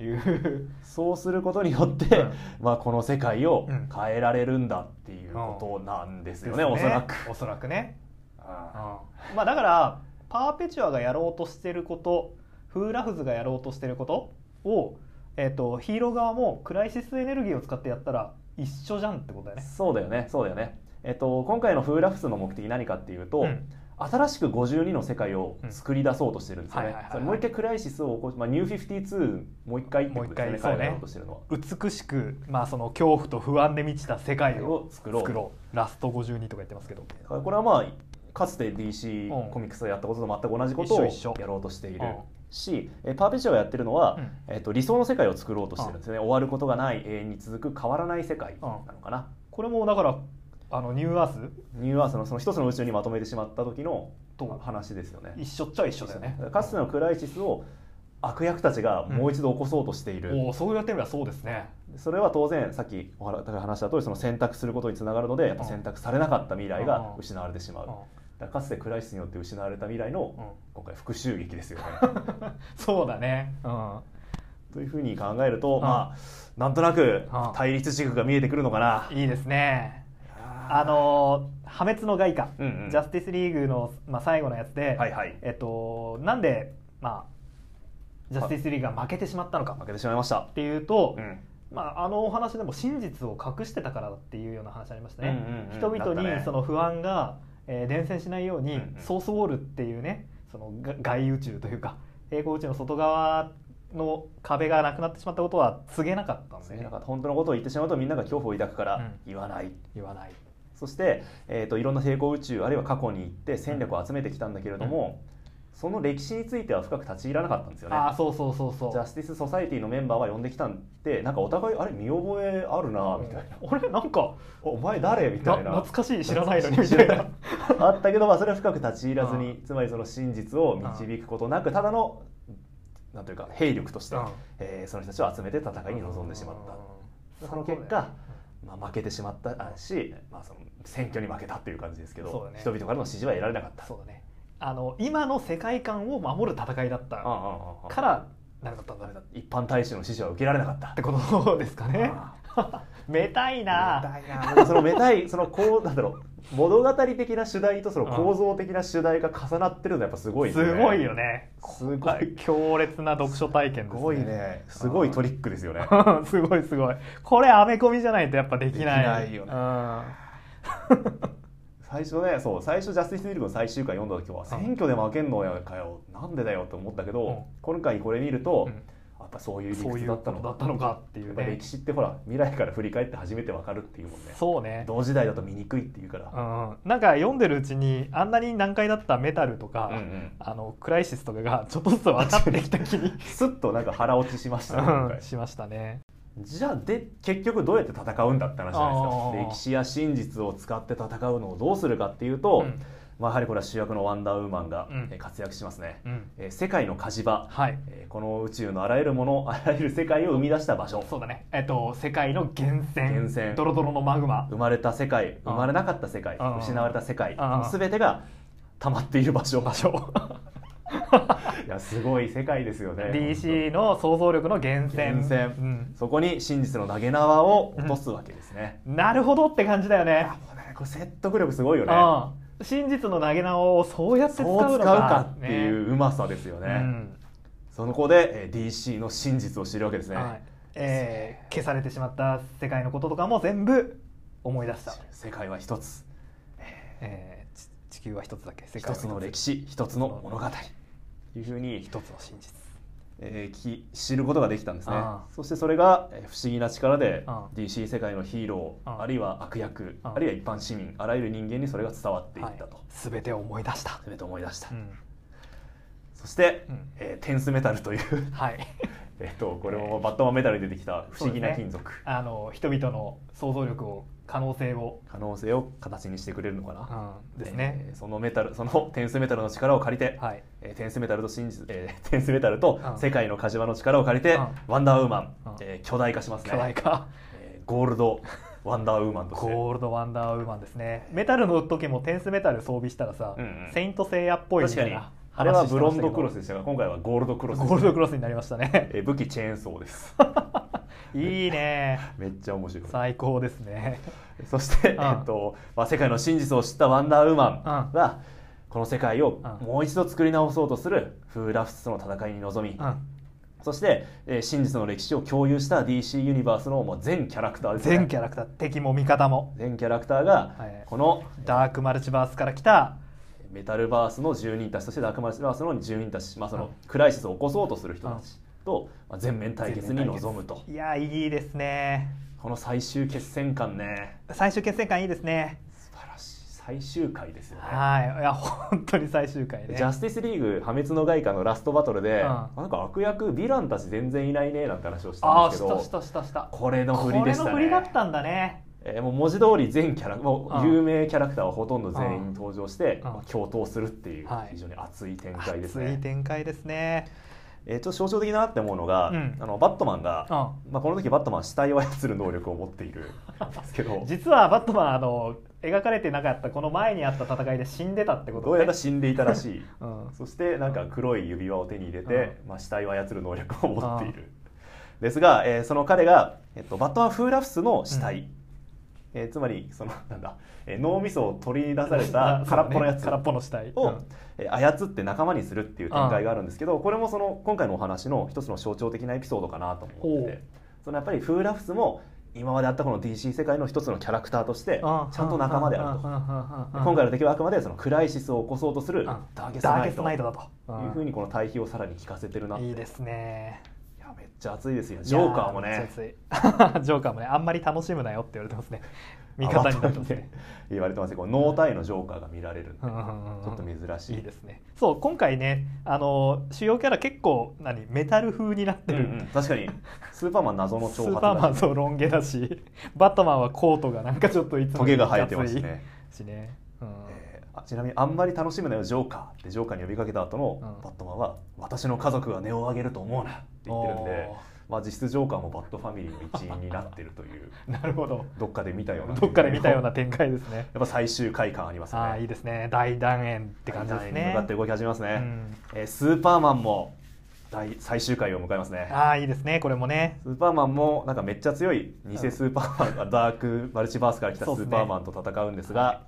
A: いう
B: そうすることによって、
A: うん
B: まあ、この世界を
A: うん
B: 変えられるんだっていうことなんですよね、
A: です
B: おそらく。
A: おそらくね、
B: あ
A: まあだからパーペチュアがやろうとしてることフーラフズがやろうとしてることを、えー、とヒーロー側もクライシスエネルギーを使ってやったら一緒じゃんってことだよ
B: あ
A: ね
B: そうだよねそうだよね。えっと、今回のフーラフスの目的何かっていうと、
A: うん
B: 新しく52の世界を作り出そうとしてるんですよ
A: うん
B: ね
A: はいはいはいはい
B: それもう一回クライシスを起こし、まあ、ニュー52もう一回ってことですよ
A: もう
B: ね
A: 一回
B: 彼
A: そう
B: らがやろ
A: ね
B: うとしてるのは
A: 美しく、まあ、その恐怖と不安で満ちた世界を
B: を作ろう
A: 作ろうラスト52とか言ってますけど
B: だからこれはまあかつて DC
A: うん
B: コミックスがやったことと全く同じことを
A: 一緒一緒
B: やろうとしている
A: うん
B: し、えーパーペチュアがやってるのは、
A: う
B: えー、と理想の世界を作ろうとしてるんですよね、終わることがない永遠に続く変わらない世界なのかな、
A: これもだからあのニューアース
B: ニューアースのその一つの宇宙にまとめてしまった時の
A: と
B: まあ話ですよね
A: 一緒っちゃ一緒だよね
B: かつてのクライシスを悪役たちがもう一度起こそうとしている、
A: おおそうやってみればそうですね
B: それは当然さっきお話話した通りその選択することにつながるのでやっぱ選択されなかった未来が失われてしまう、
A: うん
B: だからかつてクライシスによって失われた未来の、
A: うん
B: 今回復讐劇ですよね
A: そうだねうん
B: というふうに考えると、
A: うん
B: まあなんとなく
A: うん
B: 対立軸が見えてくるのかな、
A: いいですね
B: あ
A: あのー破滅の外貨、
B: うんうん
A: ジャスティスリーグの、まあ、最後のやつで、
B: はいはい
A: えっと、なんで、まあ、ジャスティスリーグが負けてしまったのか
B: 負けてしまいました、
A: っていうと、
B: うん
A: まあ、あのお話でも真実を隠してたからだっていうような話ありましたね、
B: うん
A: 人
B: うんうん
A: 々
B: だった
A: に
B: ね
A: その不安が、えー伝染しないように、
B: うんうん
A: ソースウォールっていうねそのが外宇宙というか平行宇宙の外側の壁がなくなってしまったことは告げなかったんで、
B: そうな
A: ね
B: んか、本当のことを言ってしまうとみんなが恐怖を抱くから、
A: うん
B: 言わない
A: 言わない
B: そして、えー、といろんな平行宇宙あるいは過去に行って戦力を集めてきたんだけれども、その歴史については深く立ち入らなかったんですよね
A: ああそうそうそうそう
B: ジャスティス・ソサイティのメンバーは呼んできたんでなんかお互いあれ見覚えある なみたいな、
A: あれなんか
B: おお前誰みたいな
A: 懐かしい知らないのにみたいな
B: あったけど、まあ、それは深く立ち入らずに、
A: うん
B: つまりその真実を導くことなくただのなんというか兵力として、
A: うん
B: えーその人たちを集めて戦いに臨んでしまった、その結果、まあ、負けてしまったし、まあ、その選挙に負けたっていう感じですけ
A: そう
B: ど、
A: だね
B: 人々からの支持は得られなかった。
A: そうだねあの今の世界観を守る戦いだった
B: うんうんうんうん
A: からなかったんだめだっ
B: 一般大衆の支持は受けられなかった
A: て。ことですかね
B: あ
A: めたいな
B: ーでもそのめたいそのこうなんだろう物語的な主題とその構造的な主題が重なってるのやっぱすごいです
A: す
B: ね。
A: ごいよ。ね
B: すごい
A: これ強烈な読書体験で
B: す
A: すね
B: ごいね。すごいトリックですよね。
A: うん すごいすごいこれアメコミじゃないとやっぱできない
B: できないよね
A: うん
B: 最初ねそう最初ジャスティス・リーグの最終回読んだ時は選挙で負けんのやかよなんでだよと思ったけど、
A: うん
B: 今回これ見ると、
A: うん
B: やっぱそういう理
A: そうい
B: 屈
A: う
B: だ
A: こ
B: ったの
A: とだったのかってい
B: や
A: う
B: っぱ
A: ね
B: 歴史ってほら未来から振り返って初めてわかるっていうもんね
A: そうね
B: 同時代だと見にくいっていうから、
A: うんなんか読んでるうちにあんなに難解だったメタルとか、
B: うんうん
A: あのクライシスとかが ちょっとずつ分かってきた 気に、
B: スッとなんか腹落ちしましたね今
A: うん
B: 回
A: しましたね。
B: じゃあで結局どうやって戦うんだって話じゃ
A: あ
B: ないです
A: ー
B: か歴史や真実を使って戦うのをどうするかっていうと、
A: うん
B: まあ、やはりこれは主役のワンダーウーマンが
A: うん
B: えー活躍しますね、
A: うん
B: えー世界の火事場
A: はい
B: えーこの宇宙のあらゆるものあらゆる世界を生み出した場所
A: そうだね、えっと、世界の源泉
B: 源泉
A: ドロドロのマグマ、
B: 生まれた世界
A: ああ
B: 生まれなかった世界
A: ああ
B: 失われた世界
A: ああ
B: 全てが溜まっている場所場所いやすごい世界です よね
A: DC の想像力の源泉
B: 源泉
A: うん
B: そこに真実の投げ縄を落とすわけですね、
A: なるほどって感じだよね。
B: もうねこれ説得力すごいよね
A: うん真実の投げ縄をそうやって使う
B: そう使
A: の
B: う
A: か
B: かっていううまさですよね
A: ねうん
B: その子で、えー DC の真実を知るわけですね、
A: はいえー消されてしまった世界のこととかも全部思い出した、
B: 世界は一つ
A: えーち地球は一つだけ世界
B: 一
A: は
B: つの歴史一つの物語いうふうに
A: 一つの真実
B: えーき知ることができたんですね
A: ああ
B: そしてそれがえー不思議な力で
A: ああ
B: DC 世界のヒーロー
A: ああ
B: あるいは悪役
A: ああ
B: あるいは一般市民あらゆる人間にそれが伝わっていったと、
A: はい、全てを思い出した、
B: 全て思い出した、
A: うん
B: そして、
A: うん
B: えーテンスメタルという
A: はい
B: えっとこれもバットマンメタルに出てきた不思議な金属、
A: あの人々の想像力を可能性を、
B: 可能性を形にしてくれるのかな、
A: ですね、
B: えーそのメタルそ のテンスメタルの力を借りて、
A: はい
B: えーテンスメタルと真実、えーテンスメタルと
A: ああ
B: 世界のカジマの力を借りて、
A: ああ
B: ワンダーウーマン、
A: ああ
B: えー巨大化しますね
A: 巨大化
B: えーゴールドワンダーウーマンとし て
A: ゴールドワンダーウーマンですねメタルの時もテンスメタル装備したらさ、
B: うんうん
A: セイントセイヤっぽいみ
B: 確
A: た
B: か
A: い
B: に
A: な
B: あれはブロンドクロス
A: で
B: でしたが今回はゴールドクロスです
A: ゴールドクロスになりましたね
B: えー武器チェーンソーです
A: いいね
B: めっちゃ面白い
A: 最高ですね
B: そし
A: ん
B: て、えっとまあ、世界の真実を知ったワンダーウーマンは、この世界を
A: うん
B: もう一度作り直そうとするフーラフスとの戦いに臨み、
A: うん
B: そして、えー真実の歴史を共有した DC ユニバースのもう全キャラクターです、ね、
A: 全キャラクター敵も味方も
B: 全キャラクターが
A: はい
B: この
A: ダークマルチバースから来た
B: メタルバースの住人たちそしてダークマルチバースの住人たち、まあ、そ
A: うん
B: のクライシスを起こそうとする人たちとまあ全面対決に臨むと
A: いやいいですね
B: この最終決戦感ね
A: 最終決戦感いいですね
B: 素晴らしい最終回ですよね
A: はいいや本当に最終回ね
B: ジャスティスリーグ破滅の外貨のラストバトルで、
A: うん
B: なんか悪役ヴィランたち全然いないねなんて話をした
A: あ
B: ん
A: あ
B: で
A: し
B: すけど
A: たしたしたした
B: これの振りでしたね
A: これの振りだったんだね
B: えーもう文字通り全キャラも
A: うん
B: う有名キャラクターはほとんど全員登場して、
A: ん
B: まあ共闘するっていう
A: はい
B: 非常に熱い展開ですね、
A: 熱い展開ですね
B: えーちょっと象徴的だなって思うのが、
A: うん
B: あのバットマンが、
A: う
B: まあ、この時バットマンは死体を操る能力を持っているんですけど
A: 実はバットマンあの描かれてなかったこの前にあった戦いで死んでたってこと
B: どう
A: ね
B: やら死んでいたらしい
A: うん
B: そしてなんか黒い指輪を手に入れて、まあ、死体を操る能力を持ってい
A: あ
B: るですが、えーその彼が、えっと、バットマン・フーラフスの死体、
A: う
B: えーつまりそのなんだ、えー脳みそを取り出さ れた空っぽのやつ
A: 空っぽの死体
B: を、
A: うん
B: えー操って仲間にするっていう展開があるんですけどこれもその今回のお話の一つの象徴的なエピソードかなと思って
A: ほう
B: てそのやっぱりフーラフスも今まであったこの DC 世界の一つのキャラクターとしてちゃんと仲間であると
A: と
B: 今回の敵はあくまでそのクライシスを起こそうとするダーゲスト
A: ダー
B: ナ
A: ゲ
B: イ
A: ス
B: ト
A: トナイトだと
B: というふうにこの対比をさらに聞かせてるなって
A: いいですね
B: いやめっちゃ熱いですよジョーカーも
A: いやめっ
B: ね
A: ちゃ熱いジョーカーもねあんまり楽しむなよって言われてますね味方になってますね。
B: 言われてますけど脳体のジョーカーが見られるんで
A: うんうんうんうん
B: ちょっと珍しい
A: いいですねそう今回ねあの主要キャラ結構何メタル風になって
B: うん
A: る、
B: うん確かにスーパーマン謎の
A: ス
B: 長
A: ー
B: 髪
A: パーマン
B: だし
A: そうロン毛だし バットマンはコートがなんかちょっといつも
B: トゲが生えてますね、
A: しね、うん
B: えーあちなみにあんまり楽しむなよジョーカーってジョーカーに呼びかけた後の
A: うん
B: バットマンは「私の家族が値を上げると思うな」って言ってるんで
A: お、
B: まあ、実質ジョーカーもバットファミリーの一員になってるという
A: ーなるほど
B: どっかで見たような
A: どっかで見たような展開ですね
B: やっぱ最終回感ありますね
A: ああいいですね大団円って感じです
B: 第二に
A: ね
B: 向かって動き始めますね、
A: うん
B: えースーパーマンも大最終回を迎えますね
A: ああいいですねこれもね
B: スーパーマンもなんかめっちゃ強い偽スーパー マンがダークマルチバースから来たス
A: そうっすね
B: ーパーマンと戦うんですが、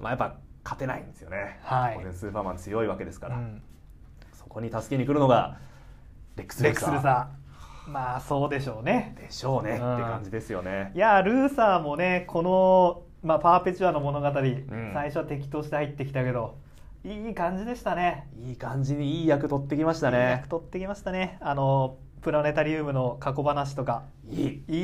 B: まあやっぱ勝てないんですよね、
A: はい
B: 当然スーパーマン強いわけですから、
A: うん
B: そこに助けに来るのがレックス
A: レ
B: ル
A: ッ
B: ー
A: ク
B: サ
A: ス
B: ー
A: ルーサーまあそうでしょうね
B: でしょうねって
A: うん
B: 感じですよね
A: いやールーサーもねこの、まあ、パーペチュアの物語、
B: ん
A: 最初は敵として入ってきたけどいい感じでしたね
B: いい感じにいい役取ってきました
A: いい
B: ね
A: 役取ってきましたねあのプラネタリウムの過去話とか
B: いい
A: い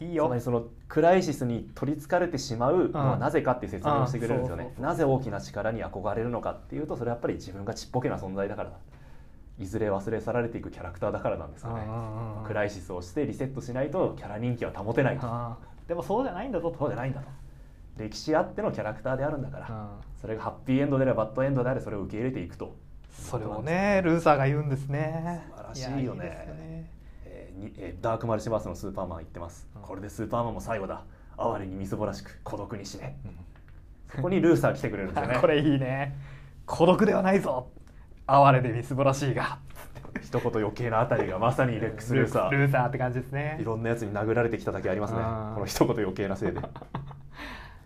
A: いいい
B: つま
A: よ
B: りそのクライシスに取りつかれてしまうの
A: う
B: は
A: ん
B: なぜかっていう説明をしてくれるんですよ
A: うんそう
B: ね
A: そう。そう
B: なぜ大きな力に憧れるのかっていうとそれはやっぱり自分がちっぽけな存在だからだいずれ忘れ去られていくキャラクターだからなんですよね。クラ
A: い
B: イシスをしてリセットしないとキャラ人気は保てないと
A: でもそうじゃないんだぞ
B: そうじゃないんだと歴史あってのキャラクターであるんだからそれがハッピーエンドであればバッドエンドであれそれを受け入れていくと、
A: それをねルーサーが言うんですね
B: 素晴らしいよね
A: やです
B: えーにえーダークマルチバースのスーパーマン言ってます、
A: うん
B: これでスーパーマンも最後だ哀れにみすぼらしく孤独に死ね
A: うん
B: そこにルーサー来てくれるんですよね
A: これいいね孤独ではないぞ哀れでみすぼらしいが
B: 一言余計なあたりがまさにレックス・ルーサー
A: ルーサーって感じですね
B: いろんなやつに殴られてきただけありますね
A: あー
B: この一言余計 なせいで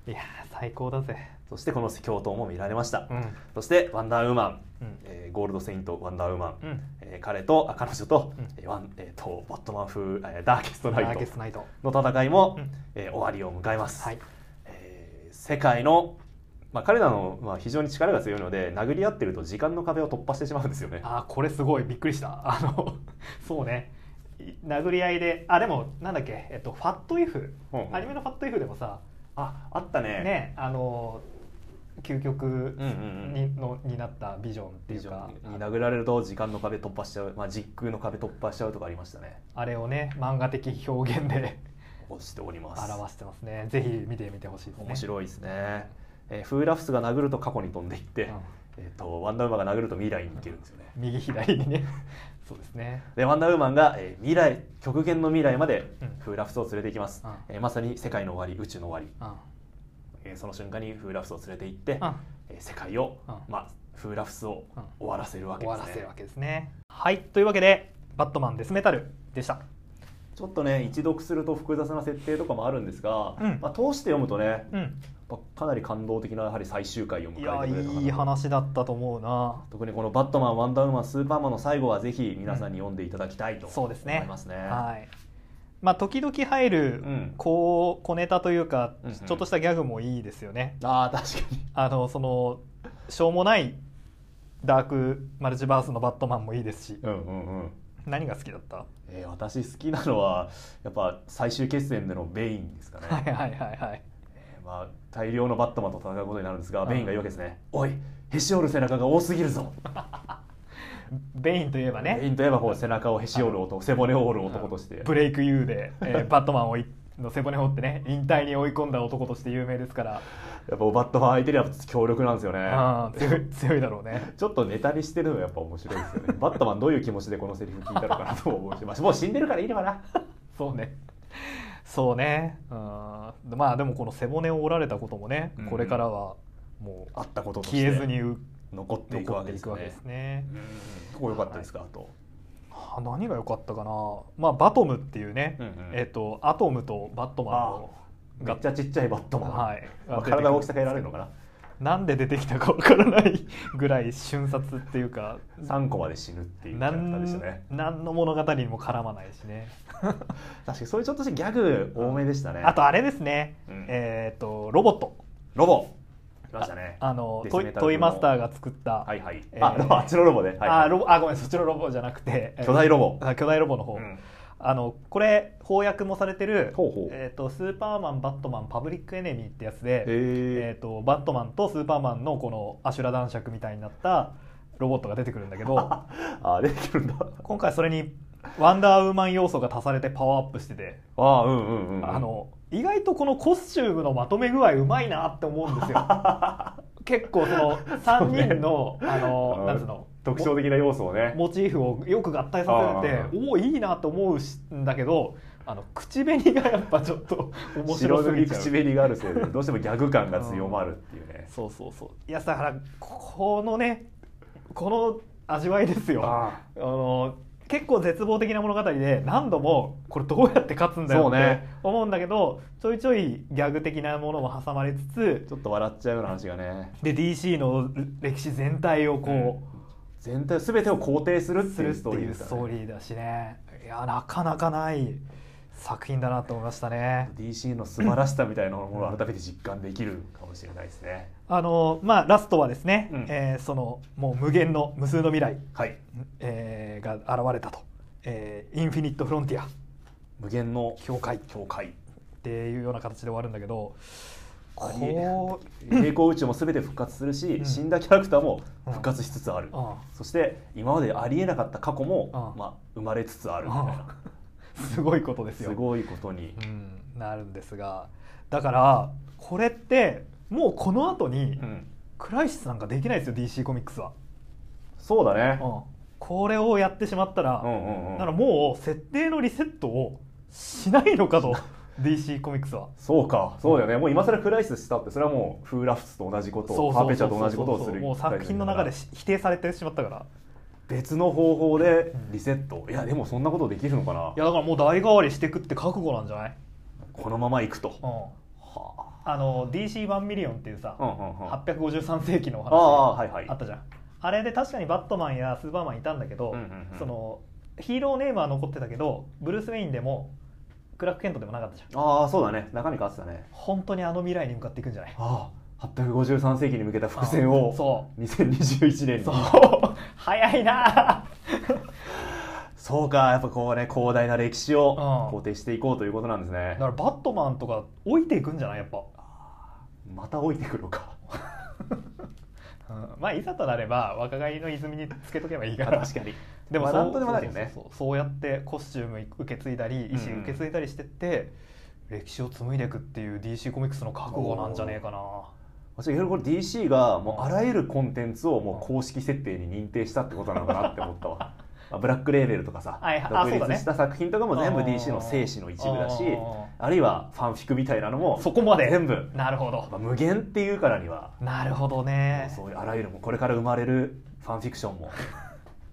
A: いやー最高だぜ
B: そしてこの共闘も見られました、
A: うん
B: そしてワンダーウーマン、
A: うん
B: えーゴールド・セイント・ワンダーウーマン、
A: うん
B: えー彼とあ彼女と,
A: うん
B: えー、ワンえーとバットマン風、えーダーケスト・ナ
A: ダー
B: イ
A: ケ
B: ト
A: スナイト
B: の戦いも、
A: うん
B: えー終わりを迎えます、
A: はい
B: えー世界の、まあ、彼らの、まあ、非常に力が強いので殴り合ってると時間の壁を突破してしまうんですよね
A: あーこれすごいびっくりした あのそうねい殴り合いであでもなんだっけえっとファットイフ
B: うんうん
A: アニメのファットイフでもさ
B: ああったね
A: ねあの究極
B: うんうんうん
A: にのになったビジョンって
B: ビ
A: い
B: ジ
A: う
B: ョ
A: か
B: ンに殴られると時間の壁突破しちゃう、まあ、時空の壁突破しちゃうとかありましたね
A: あれをね漫画的表現で
B: 押しております
A: 表してますねぜひ見てみてほしいですね
B: 面白いですね、えーフーラフスが殴ると過去に飛んでいって、
A: うん
B: えー、とワンダーウーマンが殴ると未来に行けるんですよね
A: 右左にね そうですね
B: でワンダーウーマンが、えー未来極限の未来まで
A: うん
B: フーラフスを連れて行きます、
A: うん
B: えーまさに世界の終わり宇宙の終
A: う
B: わ
A: ん
B: り、えーその瞬間にフーラフスを連れて行って、
A: うん
B: えー世界を、
A: うん
B: まあ、フーラフスを
A: うん
B: 終わらせるわけ
A: 終
B: で
A: わ
B: すね
A: らせるわけですねはいというわけで「バットマンデスメタル」でした
B: ちょっとね一読すると複雑な設定とかもあるんですが、
A: うん
B: まあ、通して読むとね
A: うん
B: まあかなり感動的なやはり最終回を迎
A: いや
B: えてくれたかなと
A: いい話だったと思うな
B: 特にこの「バットマン」「ワンダーウーマン」「スーパーマン」の最後はぜひ皆さんに読んでいただきたいと
A: そう
B: 思
A: ですね
B: いますね。
A: はいまあ時々入る
B: うん
A: こう小ネタというか
B: うんうん
A: ちょっとしたギャグもいいですよね
B: ああ確かに
A: あのそのしょうもないダークマルチバースのバットマンもいいですし
B: うんうんうん
A: 何が好きだった
B: えー私好きなのはやっぱ最終決戦でのベインですかね、
A: はいはいはいはい
B: えーまあ、大量のバットマンと戦うことになるんですが
A: うん
B: ベインが言うわけですね「おいへし折る背中が多すぎるぞ」
A: ベインといえば
B: ベイ
A: ね
B: ンといえばこう背中をへし折る男背骨を折る男として、
A: ブレイク U で、えー バットマンをいの背骨を折ってね引退に追い込んだ男として有名ですから
B: やっぱバットマン相手には強力なんですよね。
A: あー強い強いだろうね
B: ちょっとネタにしてるのがやっぱ面白いですよ ね。バットマンどういう気持ちでこのセリフ聞いたのかなとも思うし、まあもう死んでるからいいのかな。
A: そうねそうねうんまあでもこの背骨を折られたこともね、
B: うん
A: これからはも
B: あったこと
A: う
B: として
A: 消えずにう
B: 残っていく
A: 残
B: わ
A: っ
B: け
A: て
B: で
A: い
B: す
A: くわけで
B: ね
A: す。ね
B: ここ良かったですか、あと。
A: あ何が良かったかなまあバトムっていうね、
B: うんうん
A: えっ、とアトムとバットマン
B: め
A: の
B: っちゃちっちゃいバットマン。
A: はい
B: まあ体の大きさ変えられるのかな。
A: なんで出てきたかわからないぐらい瞬殺っていうか
B: 三個まで死ぬっていうキャラクターでしたね。
A: なん何の物語にも絡まないしね
B: 確かにそういうちょっとしたギャグ多めでしたね。
A: あとあれですね、
B: うん
A: えっ、とロボット
B: ロボ。来ましたね。
A: あの
B: デス
A: ト
B: メ
A: イ
B: タルの
A: トイマスターが作った、
B: はいはい。
A: えー
B: あ、ロボあっちのロボね。はいはい
A: あロボあごめんそっちのロボじゃなくて
B: 巨大ロボ
A: あ巨大ロボの方、
B: うん
A: あのこれ翻訳もされてる
B: ほうほう
A: えーと「スーパーマンバットマンパブリックエネミー」ってやつで、え
B: え
A: ー、とバットマンとスーパーマンのこのアシュラ男爵みたいになったロボットが出てくるんだけ ど
B: あできるんだ
A: 今回それにワンダーウーマン要素が足されてパワーアップしてて、
B: ああうんうんうん
A: あの意外とこのコスチュームのまとめ具合うまいなって思うんです よ結構その3人の、あ
B: う
A: の
B: ん
A: なんつうの
B: 特徴的な要素をね
A: モチーフをよく合体させてておおいいなと思うしんだけどあの口紅がやっぱちょっ と面白すぎちゃう
B: 白塗り口紅があるせいでどうしてもギャグ感が強まるっていうね、
A: そうそうそういやだからこのねこの味わいですよあ
B: あ
A: の結構絶望的な物語で何度もこれどうやって勝つんだよ
B: そう
A: って
B: ね
A: 思うんだけど、ちょいちょいギャグ的なものも挟まれつつ
B: あちょっと笑っちゃうような話がね
A: で DC の歴史全体をこ
B: 全体全てを肯定す
A: う、
B: るっ
A: す
B: てい
A: るっ
B: うス
A: て
B: トーリー
A: い
B: で
A: う
B: す
A: ス
B: か
A: ト
B: ら
A: ーリ
B: ね
A: ーだしねいやなかなかない作品だなと思いましたね。
B: DC の素晴らしさみたいなものを改めて実感できるかもしれないですね
A: あのまあ、ラストはですね、
B: うん
A: えーそのもう無限の無数の未来
B: はい
A: えーが現れたと、えーインフィニット・フロンティアっ
B: 無限の境界境界
A: ていうような形で終わるんだけど
B: ありえ
A: こう
B: 平行宇宙も全て復活するし、
A: うん
B: 死んだキャラクターも復活しつつある、
A: あ
B: そして今までありえなかった過去も、
A: うん
B: まあ、生まれつつあるみたいな、
A: あすごいことですよ
B: すごいことに、
A: うん、なるんですがだからこれってもうこの後に
B: うん
A: クライシスなんかできないですよ DC コミックスは、
B: そうだね、
A: うんこれをやってしまったら、
B: うんうんうん
A: だからもう設定のリセットをしないのかと DC コミックスは
B: そうかそうだよね、もう今更クライシスしたってそれはもうフーラフスと同じことをパーペチャーと同じことをする
A: もう作品の中でし否定されてしまったから
B: 別の方法でリセットいやでもそんなことできるのかない
A: やだからもう代替わりしていくって覚悟なんじゃない、
B: このままいくと、
A: うん、
B: は
A: あの DC1 ミリオンっていうさ、
B: あうんうんうんあ
A: 853世紀のお
B: あ
A: 話
B: はいはい
A: あったじゃんあれで確かにバットマンやスーパーマンいたんだけど、
B: うんうんうん
A: そのヒーローネームは残ってたけどブルース・ウェインでもクラック・ケントでもなかったじゃん
B: ああそうだね中身変わってたね
A: 本当にあの未来に向かっていくんじゃない
B: ああ853世紀に向けた伏線を
A: あそ
B: 2021年
A: う
B: に
A: そう早いな
B: そうかやっぱこうね広大な歴史を
A: うん
B: 肯定していこうということなんです
A: だ
B: ね
A: からバットマンとか置いていくんじゃないやっぱ、
B: また置いてくるのか
A: うんまあいざとなれば若返りの泉につけとけばいいから
B: 確かに
A: でも
B: まあ
A: そう
B: なんとでもなるよね
A: そうそうそうそうやってコスチューム受け継いだり意思受け継いだりしてって、歴史を紡いでいくっていう DC コミックスの覚悟なんじゃねえかな
B: 私いろいろこれ DC がもうあらゆるコンテンツをもう公式設定に認定したってことなのかなって思っ たわまあブラックレーベルとかさ
A: はいはいあ
B: 独
A: そうだ
B: 立
A: ね
B: した作品とかも全部 DC の生死の一部だしあるいはファンフィクみたいなのも
A: そこまで
B: 全部
A: なるほ
B: やっ
A: ど
B: ぱ無限っていうからには
A: なるほどね
B: そういうあらゆるもうこれから生まれるファンフィクシ ョンも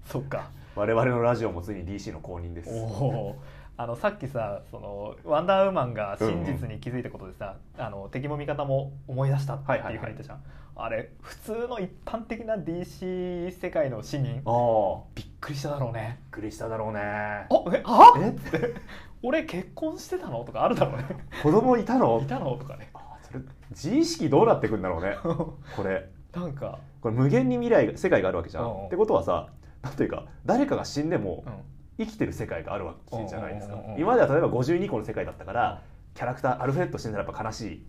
A: そっか
B: 我々のラジオもついに DC の公認です
A: おおーあのさっきさそのワンダーウーマンが真実に気づいたことでさ、あの敵も味方も思い出したっていうふうに言ったじゃん、あれ普通の一般的な DC 世界の市民
B: ああ
A: びっくりしただろうね
B: びっくりしただろうね
A: あえあ
B: え
A: 俺結婚してたのとかあるだろうね
B: 子供いたの
A: いたのとかね
B: あそれ自意識どうなってくんだろうねこれ
A: なんか、
B: これ無限に未来が世界があるわけじゃ
A: うんうん
B: んってことはさなんていうか誰かが死んでも
A: うん
B: 生きてる世界があるわけじゃないですか
A: うんうんうんうん
B: 今までは例えば52個の世界だったからキャラクターアルフレッド死んだらやっぱ悲しい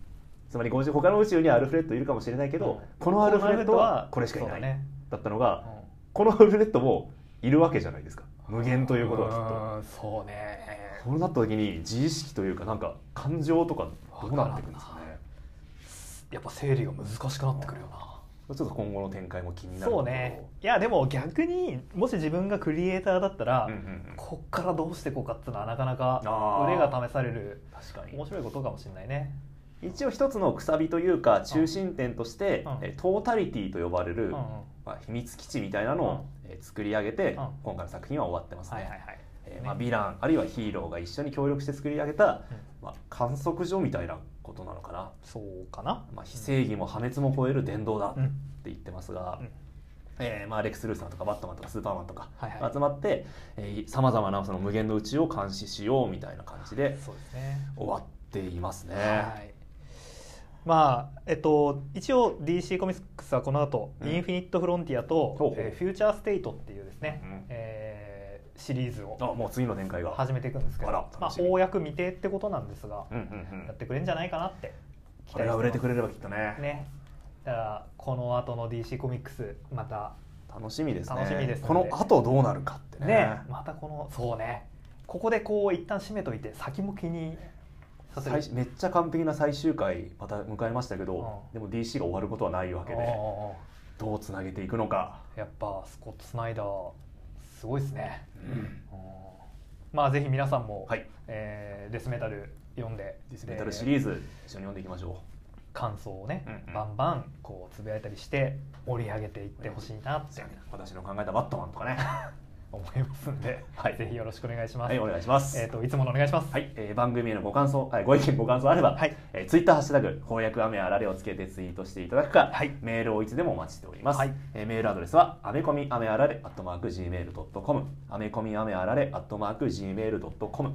B: つまり50他の宇宙にはアルフレッドいるかもしれないけどこのアルフレッドはこれしかい
A: そ
B: な
A: う
B: い
A: だね
B: だったのがこのアルフレッドもいるわけじゃないですか無限と
A: と
B: いうことはきっと
A: そうね
B: そうなった時に自意識というかなんか感情とかどうなってくるんですか
A: わか
B: ね
A: やっぱ整理が難しくなってくるよな
B: ちょっと今後の展開も気になるとこ
A: そ
B: ろ
A: うねいやでも逆にもし自分がクリエイターだったら、
B: うんうんうん
A: こっからどうしていこうかっていうのはなかなか
B: あー
A: 腕が試される
B: 確か
A: 面白いことかもしれないね
B: に一応一つのくさびというか中心点として
A: うん
B: えートータリティと呼ばれ
A: う
B: る
A: んうん、
B: まあ秘密基地みたいなのをえー作り上げて
A: うん
B: 今回の作品は終わってます
A: はいはいは
B: ね
A: い
B: えーまあヴィランあるいはヒーローが一緒に協力して作り上げた
A: うん
B: まあ観測所みたいなことなのかな
A: そうかな
B: まあ非正義も破滅も超える伝道だっ
A: うん、うん
B: て言ってますが
A: うん、
B: えーまあ、レックス・ルーサーとかバットマンとかスーパーマンとか
A: はいはい
B: が集まってさまざまなその無限の宇宙を監視しようみたいな感じで
A: そうですね
B: 終わっていますね。
A: はいまあえっと、一応 DC コミックスはこの後、
B: うん
A: インフィニット・フロンティアと
B: ほうほう
A: えーフューチャー・ステイト」っていうですね、
B: うん
A: えシリーズを
B: あもう次の展開が
A: 始めていくんですけど
B: あら
A: まあ
B: 楽しみ
A: 公約未定ってことなんですが
B: うんうんう
A: やっ
B: ん
A: てくれるんじゃないかなって期待してます
B: これが売れてくれればきっとね
A: ねだからこの後の DC コミックスまた
B: 楽しみですね
A: 楽しみですね
B: この後どうなるかってね
A: ねまたこのそうねここでこう一旦締めといて先向きにさせる
B: 最終めっちゃ完璧な最終回また迎えましたけど、
A: うん
B: でも DC が終わることはないわけで
A: おうおうお
B: どうつなげていくのか、
A: うやっぱスコット・スナイダーすごいですねうんまあぜひ皆さんも、
B: はい
A: えーデスメタル読んで
B: ディスメタルシ
A: ーズ
B: リーズ一緒に読んでいきましょ
A: 感想をね、
B: うんうん
A: バンバンこうつぶやいたりして盛り上げていってほしいなっ
B: う
A: て
B: 私の考えたバットマンとかね
A: 思いますんで、
B: はい
A: ぜひよろしくお願いします。
B: はいお願いします、
A: えっ、といつものお願いします。
B: はい、えー番組へのご感想、はいご意見ご感想あれば、
A: はい
B: えー、ツイッターハッシュタグ翻訳雨あられをつけてツイートしていただくか、
A: はい
B: メールをいつでもお待ちしております、
A: はい
B: えーメールアドレスはアメコミ雨あられアットマーク gmail.com アメコミ雨あられアットマーク gmail.com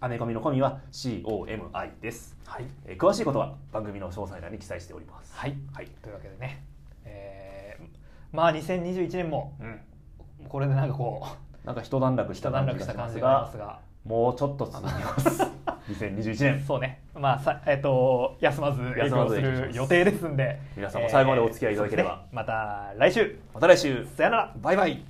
B: アメコミのコミは COMI です、
A: はい。
B: えー詳しいことは番組の詳細欄に記載しております
A: はい
B: はい、
A: というわけでね、えーまあ2021年も
B: うん、
A: これでなんかこう
B: なんか一段落し
A: 一
B: た
A: 段
B: 感じ
A: 落し
B: がしたま
A: 感
B: す
A: じがありま
B: が
A: すが、
B: もうちょっと続きます 2021年
A: そうね。まあさえっ、と休まず営
B: 休ま
A: 業
B: ず
A: す
B: 営業しま
A: る
B: す
A: 予定ですんで、
B: 皆さんも最後までお付き合いいただければ
A: そうですねまた来週
B: また来週
A: さよなら。
B: バイバイ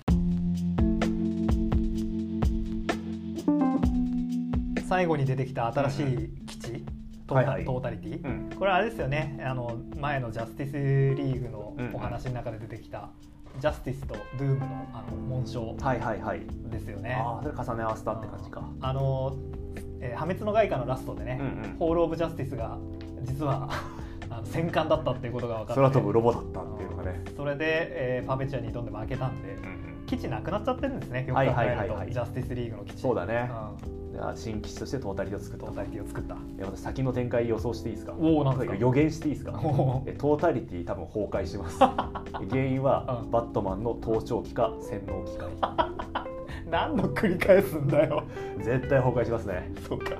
A: 最後に出てきた新しい基地、トータ
B: はいはい
A: トータリティ、
B: うん
A: これあれですよねあの前のジャスティスリーグの
B: うんうん
A: お話の中で出てきた、ジャスティスとドゥームのあの紋章
B: はいはいはい
A: ですよね。
B: ああそれ重ね合わせたって感じか。
A: あの、えー破滅の外貨のラストでね、
B: うんうん
A: ホール・オブ・ジャスティスが実は あの戦艦だったっていうことが分かって
B: 空飛ぶロボだったっていうのがね。
A: それで、えーパーペチュアに挑んで負けたんで、基地なくなっちゃってるんですねよく考えると、
B: はいはいはいはい
A: ジャスティスリーグの基地
B: そうだね。
A: うん
B: であ新機種としてトータリティを作った
A: トー。タリティを作った。
B: え私先の展開予想していいですか。
A: おおなんですか
B: 予言していいですか
A: おお。
B: えトータリティ多分崩壊し ます。原因は、
A: うん
B: バットマンの盗聴器か洗脳機か。
A: 何度繰り返すんだよ
B: 絶対崩壊しますね。
A: そうか